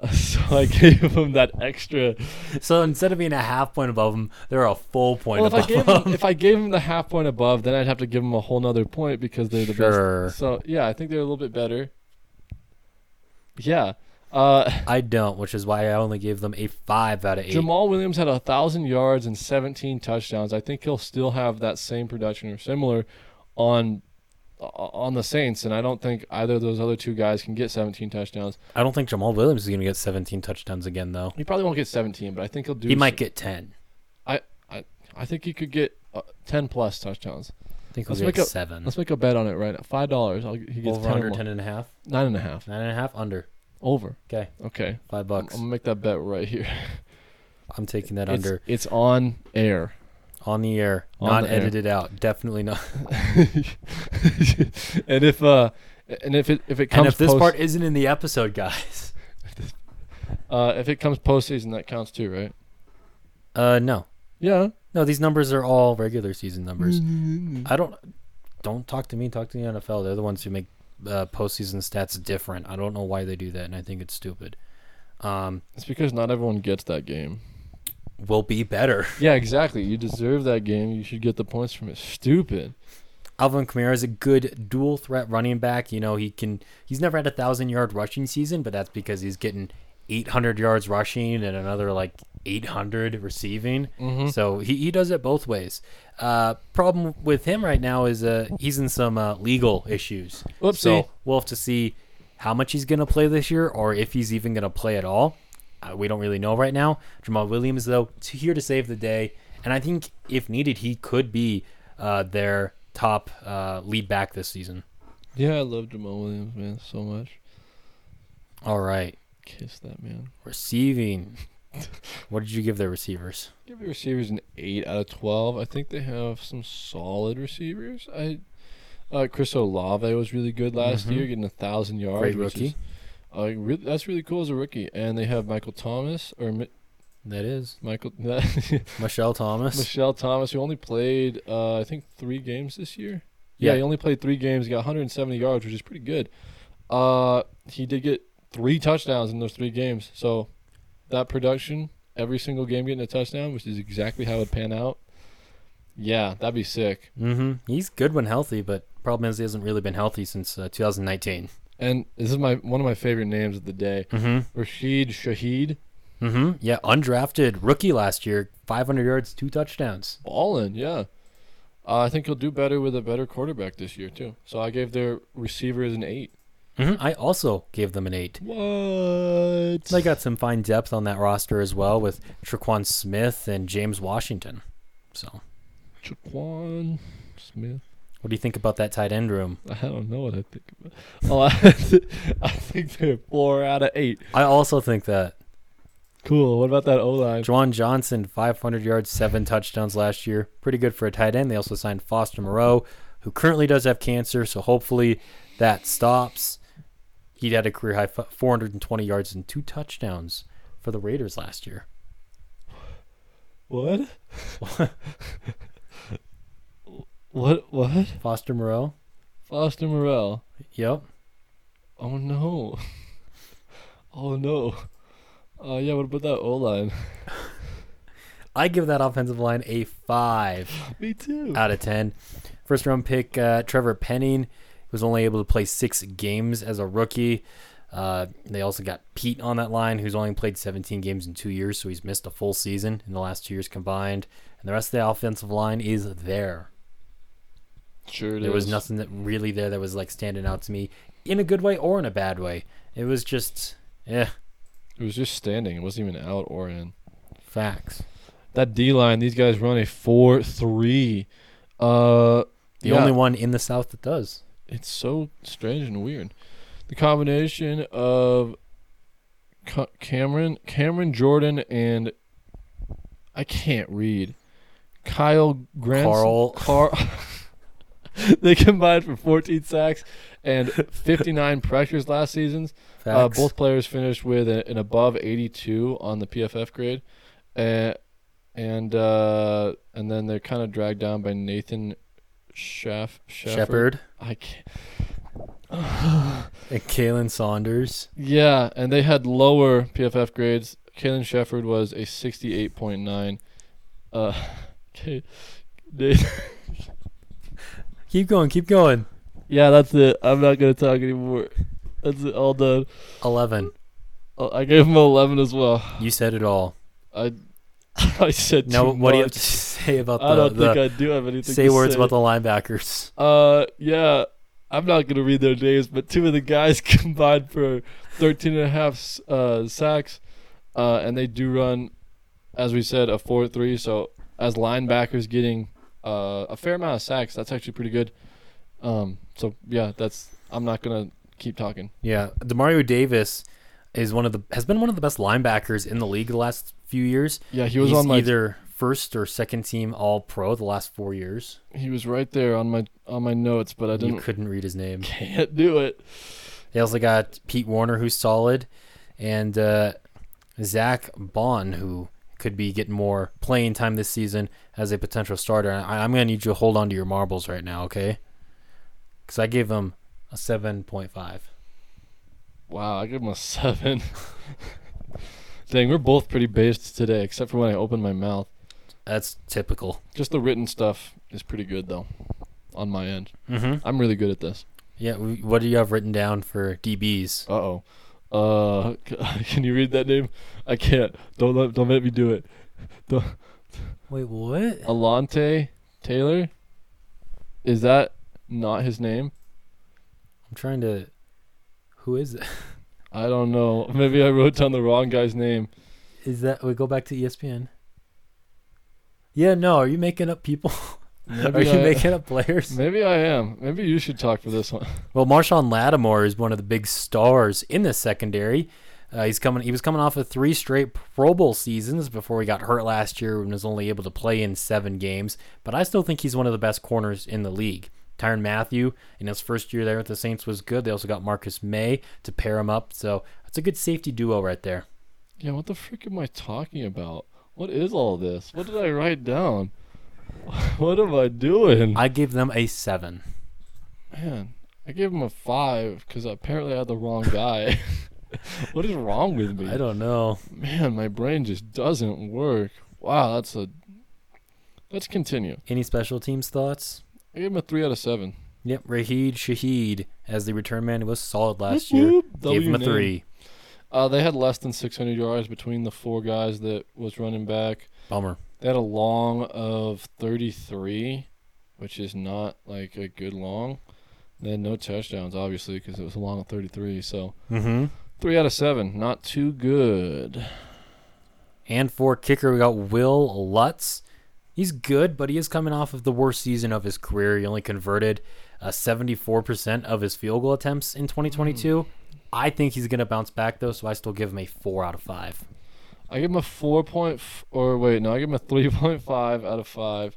B: [laughs] So I gave him that extra.
A: so instead of being a half point above him, they're a full point
B: Well, if I
A: above
B: gave
A: him.
B: him, [laughs] if I gave him the half point above, then I'd have to give him a whole nother point because they're the
A: Sure.
B: best. So yeah, I think they're a little bit better. Yeah. Uh,
A: I don't, which is why I only gave them a five out of eight.
B: Jamal Williams had a thousand yards and 17 touchdowns. I think he'll still have that same production or similar on uh, on the Saints, and I don't think either of those other two guys can get 17 touchdowns.
A: I don't think Jamal Williams is going to get 17 touchdowns again, though.
B: He probably won't get 17, but I think he'll do.
A: He might get 10.
B: I think he could get uh, 10 plus touchdowns.
A: I think he'll
B: Let's
A: get
B: make a-
A: seven.
B: Let's make a bet on it right now. Five dollars. I'll He gets
A: Over
B: 10 or
A: under
B: more.
A: 10 and a half,
B: Nine and a half.
A: nine and a half under.
B: Over.
A: 'Kay.
B: Okay.
A: Five
B: I'm, I'm
A: bucks.
B: gonna make that bet right here.
A: I'm taking that
B: Um, [laughs] It's,
A: under
B: it's on air. [laughs]
A: on the air,
B: On
A: not
B: the air.
A: edited out. Definitely not.
B: and if uh, and if it if it comes
A: And if this
B: post,
A: part isn't in the episode, guys, [laughs]
B: uh, if it comes postseason, that counts too, right?
A: uh, no,
B: Yeah.
A: no, these numbers are all regular season
B: Mm.
A: numbers. I don't, don't talk to me. Talk to the NFL. They're the ones who make uh, postseason stats different. I don't know why they do that, and I think it's stupid. Um,
B: It's because not everyone gets that game.
A: we'll be better.
B: Yeah, exactly. You deserve that game. You should get the points from it. Stupid.
A: Alvin Kamara is a good dual threat running back. You know, he can he's never had a thousand yard rushing season, but that's because he's getting eight hundred yards rushing and another like eight hundred receiving.
B: Mhm.
A: So he, he does it both ways. Uh problem with him right now is uh he's in some uh, legal issues.
B: Whoopsie.
A: So we'll have to see how much he's gonna play this year or if he's even gonna play at all. Uh, we don't really know right now. Jamal Williams though t- here to save the day, and I think if needed, he could be uh, their top uh, lead back this season.
B: Yeah, I love Jamal Williams, man, so much.
A: All right,
B: Kiss that man.
A: [laughs] receiving. what did you give their receivers?
B: Give your receivers an eight out of twelve. I think they have some solid receivers. I uh, Chris Olave was really good last
A: Mhm.
B: year, getting a thousand yards.
A: Great
B: which
A: rookie.
B: is, uh, re- that's really cool as a rookie. And they have Michael Thomas or Mi-
A: that is
B: Michael [laughs]
A: Michelle Thomas.
B: Michelle Thomas, who only played uh, I think three games this year.
A: Yeah.
B: Yeah, he only played three games. He got 170 yards, which is pretty good. Uh, he did get three touchdowns in those three games. So that production, every single game getting a touchdown, which is exactly how it would pan out. Yeah, that'd be sick.
A: hmm He's good when healthy, but problem is he hasn't really been healthy since uh, 2019.
B: And this is my one of my favorite names of the day,
A: Mm-hmm.
B: Rashid Shaheed.
A: Mm-hmm. Yeah, undrafted rookie last year, 500 yards, two touchdowns.
B: Ballin, yeah. Uh, I think he'll do better with a better quarterback this year too. So I gave their receivers an eight.
A: hmm I also gave them an eight.
B: What?
A: They got some fine depth on that roster as well with Traquan Smith and James Washington. So,
B: Jaquan Smith.
A: what do you think about that tight end room?
B: I don't know what I think about. [laughs] Oh, I, I think they're four out of eight.
A: I also think that
B: Cool. What about that O line?
A: Juwan Johnson, 500 yards, seven touchdowns last year. Pretty good for a tight end. They also signed Foster Moreau, who currently does have cancer, so hopefully that stops. He had a career high f- 420 yards and two touchdowns for the Raiders last year.
B: What? [laughs] what? What?
A: Foster Moreau,
B: Foster Morel.
A: yep.
B: Oh no. [laughs] Oh no. Uh, yeah. What about that O line?
A: I give that offensive line a five.
B: [laughs] Me too.
A: out of 10. First round pick, uh, Trevor Penning was only able to play six games as a rookie. Uh, they also got Pete on that line, who's only played 17 games in two years, so he's missed a full season in the last two years combined. And the rest of the offensive line is there.
B: Sure. it
A: There was
B: is.
A: nothing that really there that was like standing out to me in a good way or in a bad way. It was just, eh,
B: It was just standing. It wasn't even out or in.
A: facts.
B: That D line. These guys run a four-three. Uh.
A: The
B: yeah.
A: only one in the South that does.
B: it's so strange and weird. The combination of Ca- Cameron, Cameron Jordan, and I can't read Kyle Grant. uh,
A: Carl.
B: [laughs] they combined for 14 sacks and 59 pressures last season. Uh,
A: Facts.
B: both players finished with a, an above 82 on the PFF grade, uh, and uh, and then they're kind of dragged down by Nathan Sheff, Shepard.
A: Shepard
B: I can't.
A: and Kalen Saunders.
B: Yeah, and they had lower PFF grades. Kalen Shefford was a 68.9. Uh, K- they-
A: Keep going, keep going.
B: yeah, that's it. I'm not gonna talk anymore. That's it. All done.
A: 11.
B: Uh, I gave him 11 as well. [laughs]
A: You said it all.
B: I I said
A: Now,
B: too
A: what do you have
B: much.
A: to [laughs] say about the,
B: I don't
A: the-
B: think I do have anything.
A: say
B: to
A: words
B: say.
A: about the linebackers?
B: Uh, yeah, I'm not gonna read their names, but two of the guys [laughs] combined for 13 and a half s- uh, sacks, uh, and they do run, as we said, a four-three. So as linebackers getting uh, a fair amount of sacks, that's actually pretty good. Um, so yeah, that's I'm not gonna keep talking.
A: Yeah, Demario Davis is one of the has been one of the best linebackers in the league the last few years.
B: Yeah, he was
A: He's
B: on my
A: either first or second team All Pro the last four years.
B: he was right there on my on my notes, but I
A: You
B: didn't
A: couldn't read his name.
B: [laughs] can't do it.
A: They also got Pete Warner, who's solid, and uh, Zach Bond, who could be getting more playing time this season as a potential starter. And I, I'm going to need you to hold on to your marbles right now, okay? Because I gave him a 7.5.
B: Wow, I give him a seven. [laughs] Dang, we're both pretty based today, except for when I open my mouth.
A: That's typical.
B: Just the written stuff is pretty good though, on my end.
A: Mm-hmm.
B: I'm really good at this.
A: Yeah, w- what do you have written down for DBs?
B: Uh oh. Uh, [laughs] c- can you read that name? I can't. Don't let don't let me do it.
A: Wait, what?
B: Alante Taylor. Is that not his name?
A: I'm trying to. Who is it?
B: I don't know. [laughs] Maybe I wrote down the wrong guy's name.
A: [laughs] Is that. We go back to E ESPN. Yeah, no, are you making up people? [laughs]
B: Maybe
A: [laughs] Are you
B: I-
A: making up players?
B: [laughs] Maybe I am. Maybe you should talk for this one. [laughs]
A: Well, Marshawn Lattimore is one of the big stars in this secondary. Uh, he's coming. He was coming off of three straight Pro Bowl seasons before he got hurt last year and was only able to play in seven games. But I still think he's one of the best corners in the league. Tyron Matthew in his first year there with the Saints was good. They also got Marcus May to pair him up. So it's a good safety duo right there.
B: Yeah, what the frick am I talking about? What is all this? What did I write down? [laughs] What am I doing?
A: I gave them a seven.
B: Man, I gave him a five because apparently I had the wrong guy. [laughs] what is wrong with me?
A: I don't know.
B: Man, my brain just doesn't work. Wow, that's a. Let's continue.
A: Any special teams thoughts?
B: I gave him a three out of seven.
A: Yep, Raheed Shaheed as the return man was solid last year.
B: Whoop, whoop,
A: Gave him a
B: W name.
A: three.
B: Uh, they had less than 600 yards between the four guys that was running back.
A: Bummer.
B: They had a long of 33, which is not like a good long. They had no touchdowns, obviously, because it was a long of 33. So
A: Mm-hmm.
B: three out of seven, not too good.
A: And for kicker, we got Will Lutz. He's good, but he is coming off of the worst season of his career. He only converted uh, 74% of his field goal attempts in 2022. I think he's going to bounce back, though, so I still give him a 4 out of 5.
B: I give him a four point, f- or wait, no, I give him a [laughs] 3.5 out of five.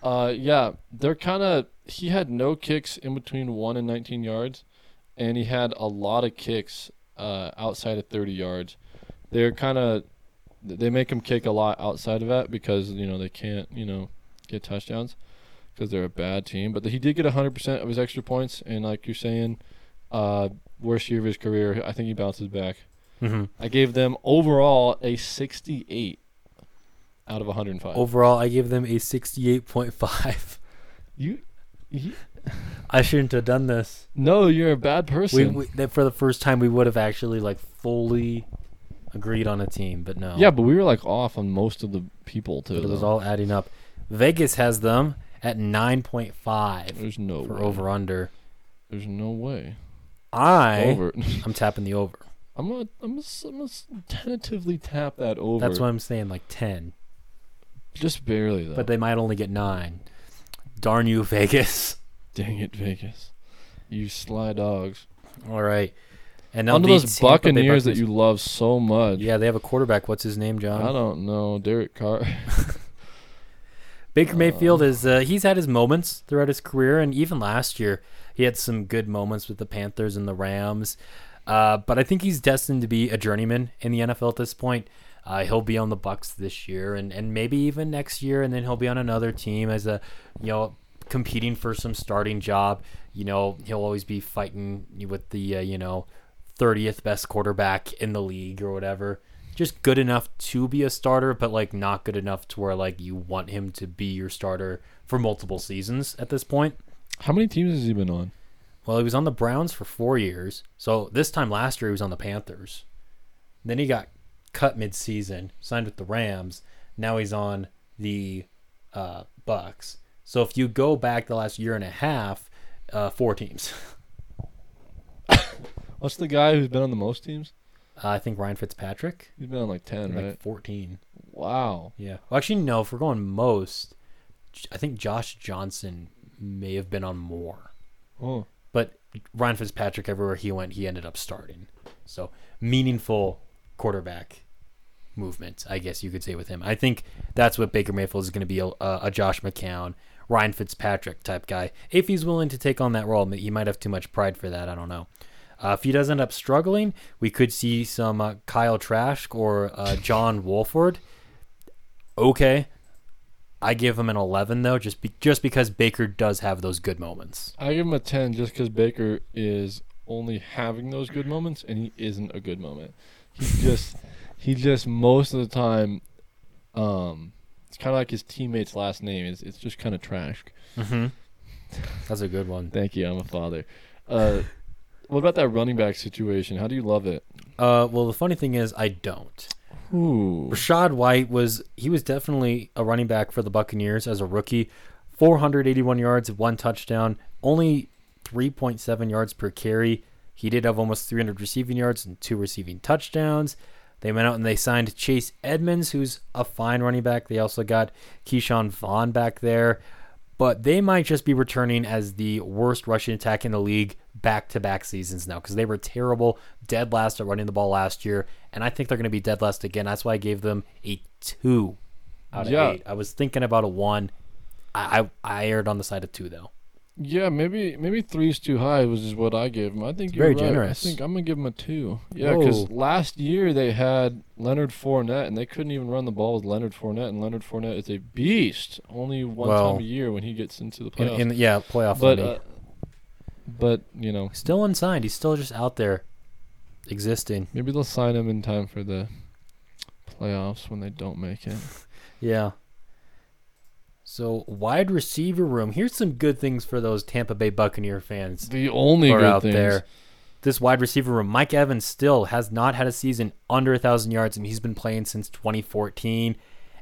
B: Uh, yeah, they're kind of. He had no kicks in between one and 19 yards, and he had a lot of kicks uh, outside of 30 yards. They're kind of. They make him kick a lot outside of that because you know they can't you know get touchdowns because they're a bad team. But he did get 100% of his extra points, and like you're saying, uh, worst year of his career. I think he bounces back.
A: Mhm.
B: I gave them overall a 68 out of 105.
A: Overall, I give them a 68.5.
B: You, you
A: [laughs] I shouldn't have done this.
B: no, you're a bad person.
A: We, we, that for the first time, we would have actually like fully agreed on a team, but no.
B: yeah, but we were like off on most of the people too.
A: But it was
B: though.
A: all adding up. Vegas has them at 9.5
B: There's no
A: for
B: way.
A: over under.
B: There's no way.
A: I
B: Over. [laughs]
A: I'm tapping the over.
B: I'm gonna, I'm gonna, s- I'm gonna s- tentatively tap that over.
A: That's why I'm saying like 10,
B: Just barely though.
A: but they might only get 9. Darn you, [laughs] Vegas.
B: Dang it, Vegas. You sly dogs.
A: All right. And now
B: Under
A: the Tampa
B: those
A: Bay
B: Buccaneers that
A: Buccaneers-
B: you love so much.
A: Yeah, um, they have a quarterback. What's his name,
B: I
A: John?
B: don't know. Derek Carr. [laughs]
A: Baker Mayfield is uh, he's had his moments throughout his career and even last year he had some good moments with the Panthers and the Rams. Uh, but I think he's destined to be a journeyman in the NFL at this point. Uh, he'll be on the Bucks this year and, and maybe even next year, and then he'll be on another team as a you know competing for some starting job. You know he'll always be fighting with the uh, you know thirtieth best quarterback in the league or whatever. Just good enough to be a starter, but like not good enough to where like you want him to be your starter for multiple seasons at this point.
B: How many teams has he been on?
A: Well, he was on the Browns for four years. So this time last year, he was on the Panthers. Then he got cut midseason, signed with the Rams. Now he's on the uh, Bucks. So if you go back the last year and a half, uh, four teams. [laughs]
B: What's the guy who's been on the most teams?
A: Uh, I think Ryan Fitzpatrick,
B: He's been on like ten, right?
A: like 14.
B: Wow.
A: Yeah. Well, actually, no. If we're going most, J- I think Josh Johnson may have been on more.
B: Oh,
A: But Ryan Fitzpatrick, everywhere he went, he ended up starting. So meaningful quarterback movement, I guess you could say with him. I think that's what Baker Mayfield is going to be a, a Josh McCown, Ryan Fitzpatrick type guy. If he's willing to take on that role, he might have too much pride for that. I don't know. Uh, if he does end up struggling, we could see some uh, Kyle Trask or uh, John Wolford. Okay, I give him an 11 though, just be- just because Baker does have those good moments.
B: I give him a 10 just because Baker is only having those good moments, and he isn't a good moment. He just, he just most of the time, um, it's kind of like his teammate's last name. It's, it's just kind of trash.
A: Mm-hmm. That's a good one.
B: Thank you. I'm a father. Uh, what about that running back situation? How do you love it?
A: Uh, well, the funny thing is, I don't.
B: Ooh.
A: Rashad White was he was definitely a running back for the Buccaneers as a rookie. 481 yards, one touchdown, only 3.7 yards per carry. He did have almost 300 receiving yards and two receiving touchdowns. They went out and they signed Chase Edmonds, who's a fine running back. They also got Keyshawn Vaughn back there, but they might just be returning as the worst rushing attack in the league back to back seasons now because they were terrible, dead last at running the ball last year, and I think they're going to be dead last again. That's why I gave them a two out of
B: Yeah.
A: eight. I was thinking about a one. I, I I erred on the side of two though.
B: Yeah, maybe maybe three's too high, which is what I gave him. I think you're
A: very
B: right.
A: generous.
B: I think I'm gonna give him a two. Yeah, because
A: Whoa.
B: last year they had Leonard Fournette, and they couldn't even run the ball with Leonard Fournette, and Leonard Fournette is a beast. Only one
A: Well,
B: time a year when he gets into the
A: In,
B: playoffs.
A: in yeah playoff
B: but
A: money.
B: uh, but you know
A: still unsigned. He's still just out there existing.
B: maybe they'll sign him in time for the playoffs when they don't make it.
A: Yeah. So wide receiver room. Here's some good things for those Tampa Bay Buccaneer fans
B: The only
A: who are
B: good
A: out
B: things.
A: there. This wide receiver room. Mike Evans still has not had a season under a thousand yards, and he's been playing since 2014.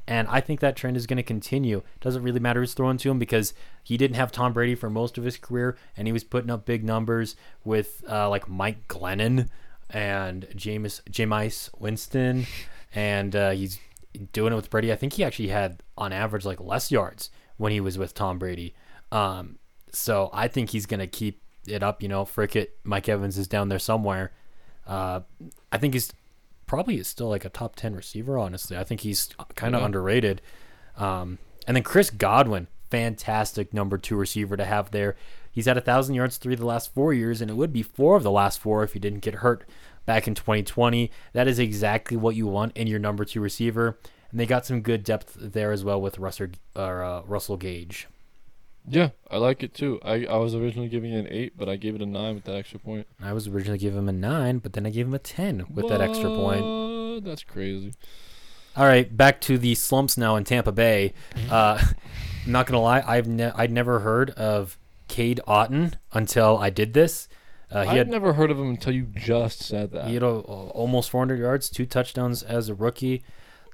A: And I think that trend is going to continue. Doesn't really matter who's throwing to him because he didn't have Tom Brady for most of his career, and he was putting up big numbers with uh, like Mike Glennon and James Jameis Winston, and uh, he's doing it with Brady. I think he actually had on average like less yards when he was with Tom Brady. Um, so I think he's going to keep it up. You know, frick it, Mike Evans is down there somewhere. Uh, I think he's probably is still like a top 10 receiver, honestly. I think he's kind of
B: Yeah.
A: underrated. Um, and then Chris Godwin, fantastic number two receiver to have there. He's had a 1,000 yards three of the last four years, and it would be four of the last four if he didn't get hurt back in 2020. That is exactly what you want in your number two receiver. And they got some good depth there as well with Russell, or, uh, Russell Gage.
B: Yeah, I like it too. I I was originally giving it an eight, but I gave it a nine with that extra point.
A: I was originally giving him a nine, but then I gave him a 10 with that extra point.
B: What? That's crazy.
A: All right, back to the slumps now in Tampa Bay. Uh, [laughs] I'm not gonna lie, I've ne- I'd never heard of Cade Otten until I did this. Uh,
B: I've
A: he had
B: never heard of him until you just said that.
A: he had uh, almost 400 yards, two touchdowns as a rookie.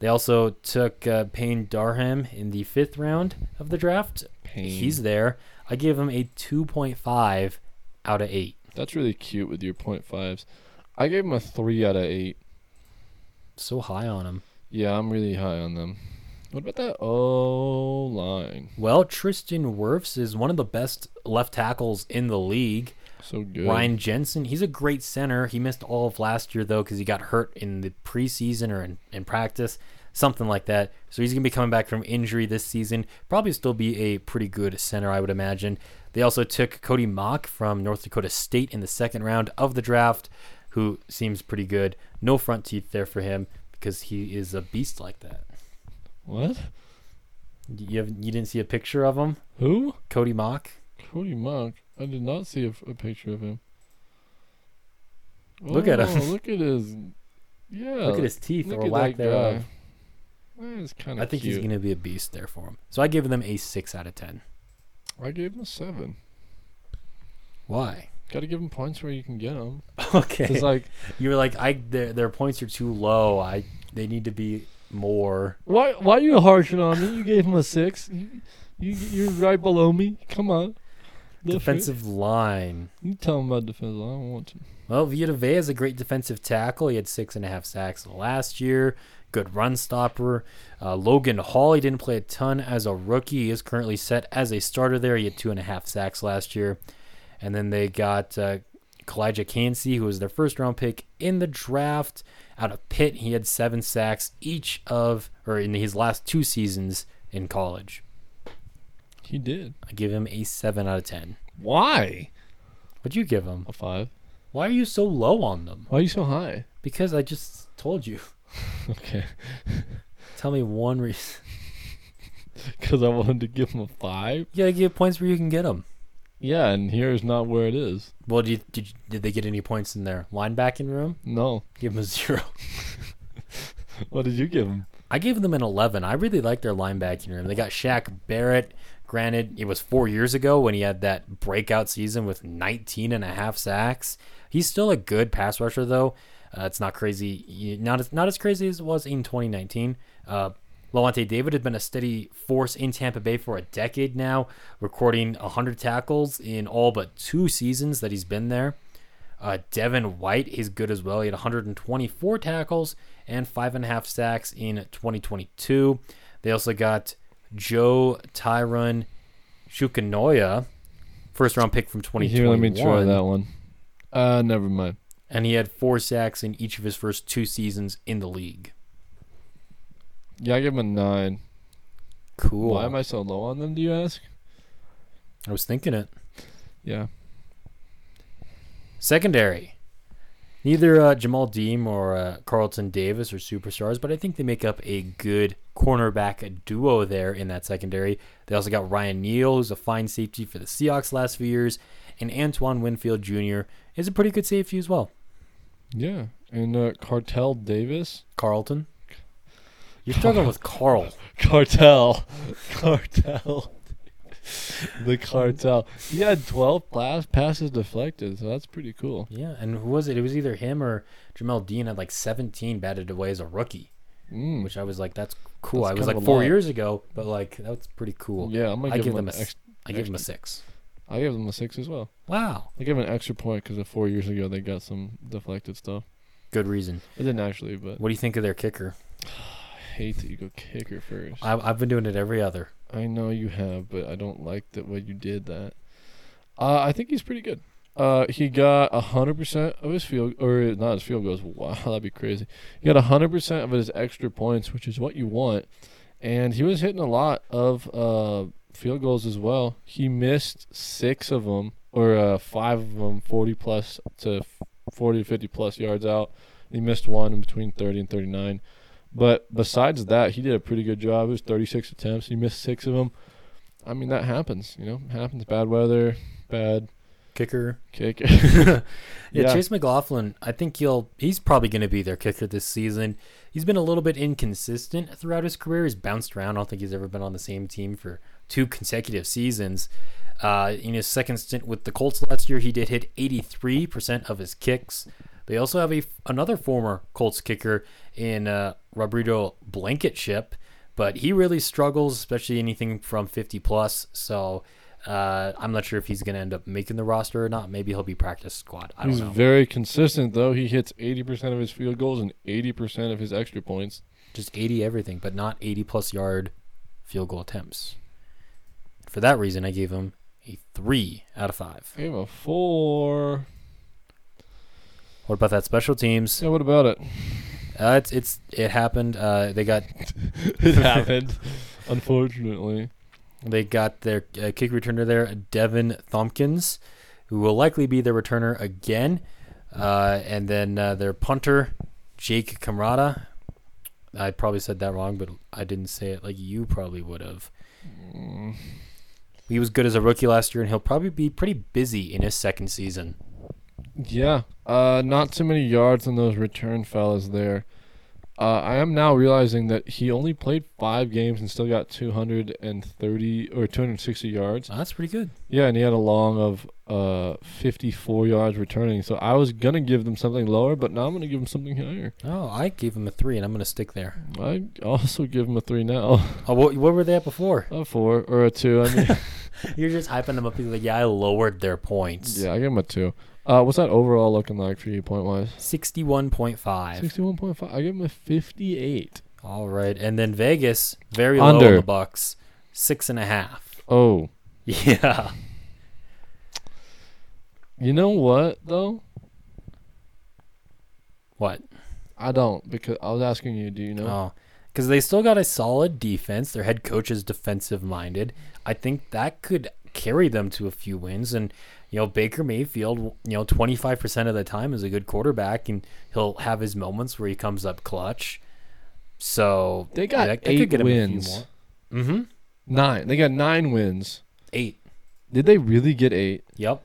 A: They also took uh, Payne Durham in the fifth round of the draft.
B: Pain.
A: He's there. I gave him a 2.5 out of eight.
B: That's really cute with your point fives. I gave him a three out of eight.
A: So high on him.
B: Yeah, I'm really high on them. What about that Oh, O line?
A: Well, Tristan Wirfs is one of the best left tackles in the league.
B: So good.
A: Ryan Jensen, he's a great center. He missed all of last year though because he got hurt in the preseason or in, in practice, something like that. So he's gonna be coming back from injury this season. Probably still be a pretty good center, I would imagine. They also took Cody Mock from North Dakota State in the second round of the draft, who seems pretty good. No front teeth there for him because he is a beast like that.
B: What?
A: You have, you didn't see a picture of him,
B: Who?
A: Cody Mock?
B: Cody Monk. I did not see a, a picture of him.
A: Look at him.
B: Oh, Look at his. Yeah.
A: Look at his teeth
B: Oh, look
A: or
B: at
A: lack
B: that
A: thereof.
B: guy. That's kind
A: I
B: of.
A: think
B: cute.
A: he's going to be a beast there for him. So I give them a 6 out of 10.
B: I gave him a seven.
A: Why?
B: Got to give him points where you can get them.
A: [laughs] Okay.
B: It's like
A: you were like, I their, their points are too low. I They need to be more.
B: Why why are you harshing on me? You gave him a six. You, you you're right below me. Come on. Lift it.
A: defensive line.
B: You tell him about defensive. I don't want to.
A: Well, Vita Vea is a great defensive tackle. He had six and a half sacks last year. Good run stopper. Uh, Logan Hall, he didn't play a ton as a rookie. He is currently set as a starter there. He had two and a half sacks last year. And then they got uh, Kalijah Cansey, who was their first round pick in the draft out of Pitt. He had seven sacks each of, or in his last two seasons in college.
B: He did.
A: I give him a 7 out of 10.
B: Why?
A: What'd you give him?
B: A five.
A: Why are you so low on them?
B: Why are you so high? [laughs]
A: Because I just told you.
B: Okay.
A: Tell me one reason.
B: Because I wanted to give him a five.
A: [laughs] You gotta get points where you can get them.
B: Yeah, and here is not where it is.
A: Well, did you, did, you- did they get any points in their linebacking room?
B: No. [laughs]
A: Give them a [laughs] zero.
B: What did you give him?
A: I gave them an 11. I really like their linebacking room. They got Shaq Barrett. Granted, it was four years ago when he had that breakout season with 19 and a half sacks. He's still a good pass rusher, though. Uh, it's not crazy, not as not as crazy as it was in 2019. Uh, Lawante David had been a steady force in Tampa Bay for a decade now, recording 100 tackles in all but two seasons that he's been there. Uh, Devin White is good as well. He had 124 tackles and five and a half sacks in 2022. They also got Joe Tyron Shukanoya, first round pick from
B: Here,
A: 2021,
B: let me try that one. Uh, never mind.
A: and he had four sacks in each of his first two seasons in the league.
B: Yeah, I give him a nine.
A: Cool.
B: Why am I so low on them? Do you ask?
A: I was thinking it.
B: Yeah.
A: Secondary. Neither uh, Jamal Deem or uh, Carlton Davis are superstars, but I think they make up a good cornerback duo there in that secondary. They also got Ryan Neal, who's a fine safety for the Seahawks last few years, and Antoine Winfield Jr. is a pretty good safety as well.
B: Yeah. And uh, Cartel Davis.
A: Carlton. You're struggling with Carl.
B: Cartel. Cartel. the cartel. He had 12 pass- passes deflected, so that's pretty cool.
A: Yeah, and who was it? It was either him or Jamal Dean had like 17 batted away as a rookie,
B: Mm.
A: which I was like, that's cool.
B: That's
A: I was
B: kind
A: like
B: of a
A: four
B: lot.
A: years ago, but like, that's pretty cool.
B: Yeah, I'm gonna
A: I
B: give,
A: give
B: him
A: them
B: an
A: a s-
B: ex-
A: I give him a six.
B: I give them a six as well.
A: Wow.
B: I give him an extra point because four years ago they got some deflected stuff.
A: Good reason.
B: It didn't actually, but
A: What do you think of their kicker?
B: I hate that you go kicker first. I,
A: I, I've been doing it every other.
B: know you have, but I don't like that way you did that. Uh, I think he's pretty good. Uh, he got hundred percent of his field, or not his field goals. [laughs] Wow, that'd be crazy. He got hundred percent of his extra points, which is what you want. And he was hitting a lot of uh, field goals as well. He missed six of them, or uh, five of them, forty plus to f- forty to fifty plus yards out. He missed one in between thirty and thirty-nine. But besides that, he did a pretty good job. It was thirty-six attempts. He missed six of them. I mean, that happens. You know, happens. Bad weather, bad
A: Kicker.
B: [laughs] kick.
A: yeah,
B: Yeah.
A: Chase McLaughlin, I think he'll he's probably gonna be their kicker this season. He's been a little bit inconsistent throughout his career. He's bounced around. I don't think he's ever been on the same team for two consecutive seasons. Uh, in his second stint with the Colts last year, he did hit 83% of his kicks. They also have a, another former Colts kicker in uh, Roberto Blankenship, but he really struggles, especially anything from 50 plus. So uh, I'm not sure if he's going to end up making the roster or not. Maybe he'll be practice squad. I don't
B: He's
A: know.
B: very consistent though. He hits 80% of his field goals and 80% of his extra points.
A: Just 80 everything, but not 80 plus yard field goal attempts. For that reason, I gave him a three out of five.
B: I gave him a four.
A: What about that special teams?
B: Yeah, what about it?
A: Uh, it's it's it happened. Uh, they got
B: [laughs] it happened, [laughs] unfortunately.
A: They got their uh, kick returner there, Devin Thompkins, who will likely be their returner again. Uh, and then uh, their punter, Jake Camrata. I probably said that wrong, but I didn't say it like you probably would have.
B: Mm.
A: He was good as a rookie last year, and he'll probably be pretty busy in his second season.
B: Yeah, uh, not too many yards on those return fellas there. Uh, I am now realizing that he only played five games and still got 230 or 260 yards.
A: Oh, that's pretty good.
B: Yeah, and he had a long of uh 54 yards returning. So I was gonna give them something lower, but now I'm gonna give them something higher.
A: Oh, I gave him a three, and I'm going to stick there.
B: I also give them a three now, [laughs]
A: Oh, what, what were they at before?
B: a four or a two. I mean,
A: You're just hyping them up. You're like, yeah, I lowered their points.
B: yeah, I give them a two. Uh, what's that overall looking like for you point wise?
A: 61.5.
B: 61.5. I give them a 58.
A: All right, and then Vegas very low on
B: Under.
A: the Bucks, [laughs] six and a half.
B: Oh,
A: Yeah,
B: You know what though?
A: What?
B: I don't because I was asking you. Do you know?
A: Oh, because they still got a solid defense. Their head coach is defensive minded. I think that could carry them to a few wins. And you know, Baker Mayfield, you know, twenty five percent of the time is a good quarterback, and he'll have his moments where he comes up clutch. So
B: They got
A: that- that
B: eight
A: him a few
B: wins.
A: more. Mm-hmm.
B: Nine. They got nine wins.
A: Eight.
B: Did they really get eight?
A: Yep.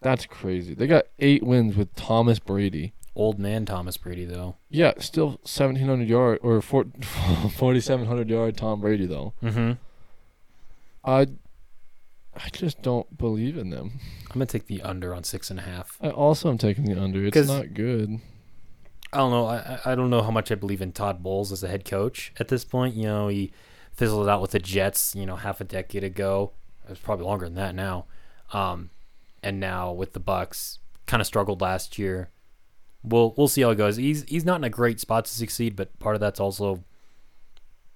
B: That's crazy. They got eight wins with Thomas Brady.
A: Old man Thomas Brady though.
B: Yeah, still 1,700 yard or four- [laughs] 4,700 yard Tom Brady though.
A: Mm-hmm.
B: I, I just don't believe in them.
A: I'm gonna take the under on six and a half.
B: I also am taking the under. It's
A: 'Cause-
B: not good.
A: I don't know. I, I I don't know how much I believe in Todd Bowles as a head coach at this point. You know, he fizzled out with the Jets. You know, half a decade ago. It was probably longer than that now. Um, and now with the Bucks, kind of struggled last year. We'll we'll see how it goes. He's he's not in a great spot to succeed, but part of that's also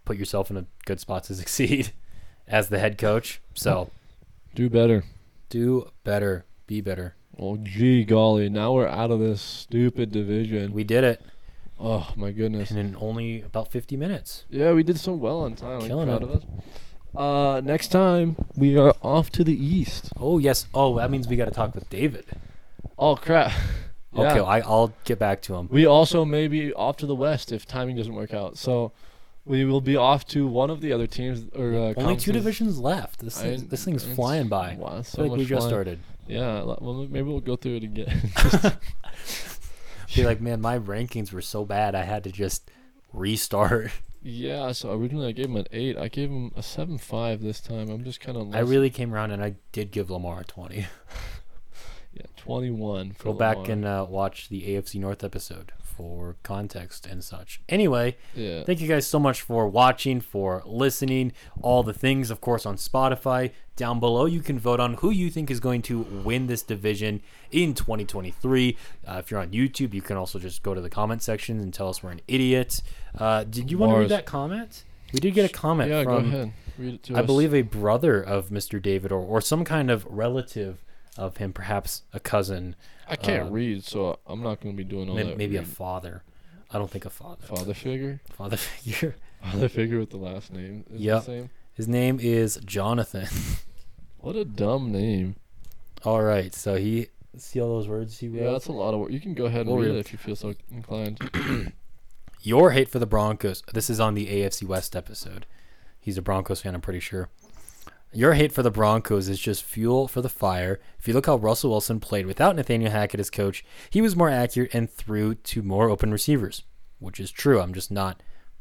A: put yourself in a good spot to [laughs] succeed as the head coach. So
B: Do better.
A: do better, be better.
B: Well, gee golly, now we're out of this stupid division.
A: We did it,
B: Oh my goodness.
A: and in only about 50 minutes.
B: Yeah, we did so well on time. I'm
A: Killing
B: proud
A: it.
B: of us. Uh, next time we are off to the east.
A: Oh yes. Oh, that means we got to talk with David.
B: Oh [laughs] crap.
A: Okay,
B: Yeah.
A: I, I'll get back to him.
B: We also may be off to the west if timing doesn't work out. So we will be off to one of the other teams or uh,
A: Only two
B: conferences.
A: divisions left. This
B: I-
A: thing, this thing's
B: it's-
A: flying by.
B: Wow, that's
A: I
B: so
A: feel like
B: much
A: we just
B: fun.
A: started.
B: Yeah, l- well, maybe we'll go through it again. [laughs]
A: Be like, man, my rankings were so bad, I had to just [laughs] restart.
B: yeah, so originally I gave him an eight. I gave him a seven five this time. I'm just kind of.
A: I really came around and I did give Lamar a twenty.
B: yeah, twenty one.
A: Go back and uh, watch the AFC North episode for context and such. Anyway,
B: yeah.
A: Thank you guys so much for watching, for listening, all the things, of course, on Spotify. Down below, you can vote on who you think is going to win this division in 2023. Uh, if you're on YouTube, you can also just go to the comment section and tell us we're an idiot. Uh, did you want to read
B: Mars.
A: that comment? We did get a comment
B: Yeah,
A: from,
B: go ahead. Read it to
A: I
B: us.
A: believe, a brother of Mr. David or, or some kind of relative of him, perhaps a cousin,
B: I can't
A: uh,
B: read, so I'm not going to be doing all
A: may-
B: that.
A: maybe a
B: reading.
A: father. I don't think a father.
B: father figure. [laughs]
A: Father figure.
B: Father figure with the last name. Is
A: Yep.
B: The same.
A: His name is Jonathan. [laughs]
B: What a dumb name.
A: All right, so he see all those words he wrote.
B: Yeah, that's a lot of work. You can go ahead and
A: We'll
B: read
A: read
B: it
A: it.
B: if you feel so inclined.
A: Your hate for the Broncos. This is on the AFC West episode. He's a Broncos fan, I'm pretty sure. Your hate for the Broncos is just fuel for the fire. If you look how Russell Wilson played without Nathaniel Hackett as coach, he was more accurate and threw to more open receivers, which is true. I'm just not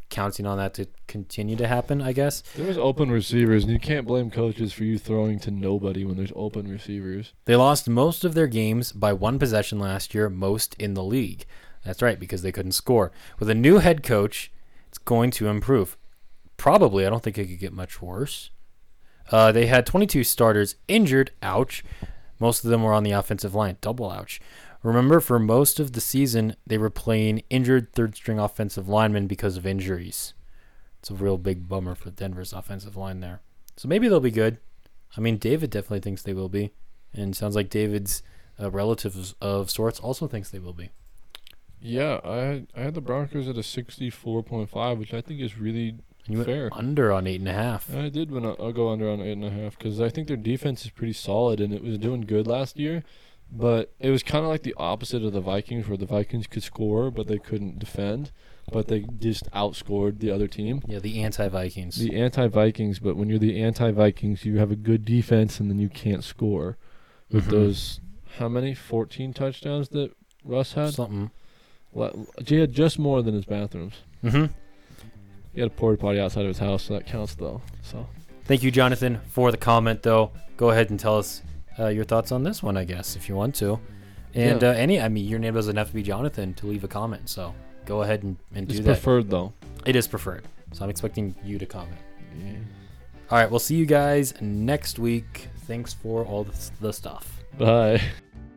A: counting on that to continue to happen, I guess.
B: There was open receivers, and you can't blame coaches for you throwing to nobody when there's open receivers.
A: They lost most of their games by one possession last year, most in the league. That's right, because they couldn't score. With a new head coach, it's going to improve. Probably, I don't think it could get much worse. Uh, they had 22 starters injured. Ouch. Most of them were on the offensive line. Double ouch. Remember, for most of the season, they were playing injured third string offensive linemen because of injuries. It's a real big bummer for Denver's offensive line there. So maybe they'll be good. I mean, David definitely thinks they will be, and sounds like David's uh, relatives of sorts also thinks they will be.
B: Yeah, I had, I had the Broncos at a 64.5, which I think is really
A: And you went
B: fair.
A: under on eight and a half.
B: I did when I, I'll go under on eight and a half because I think their defense is pretty solid and it was doing good last year, but it was kind of like the opposite of the Vikings where the Vikings could score but they couldn't defend, but they just outscored the other team.
A: Yeah, the anti-Vikings.
B: The anti-Vikings, but when you're the anti-Vikings, you have a good defense and then you can't score. With
A: Mhm.
B: those, how many? 14 touchdowns that Russ had.
A: something.
B: Le- He had just more than his bathrooms.
A: hmm
B: He had a porta potty outside of his house, so that counts though. So.
A: Thank you, Jonathan, for the comment. Though, go ahead and tell us uh, your thoughts on this one, I guess, if you want to. And
B: Yeah.
A: uh, any, I mean, your name doesn't have to be Jonathan to leave a comment. So go ahead and, and do
B: It's
A: that.
B: preferred though.
A: it is preferred. So I'm expecting you to comment. All right, we'll see you guys next week. Thanks for all the, the stuff.
B: Bye. [laughs]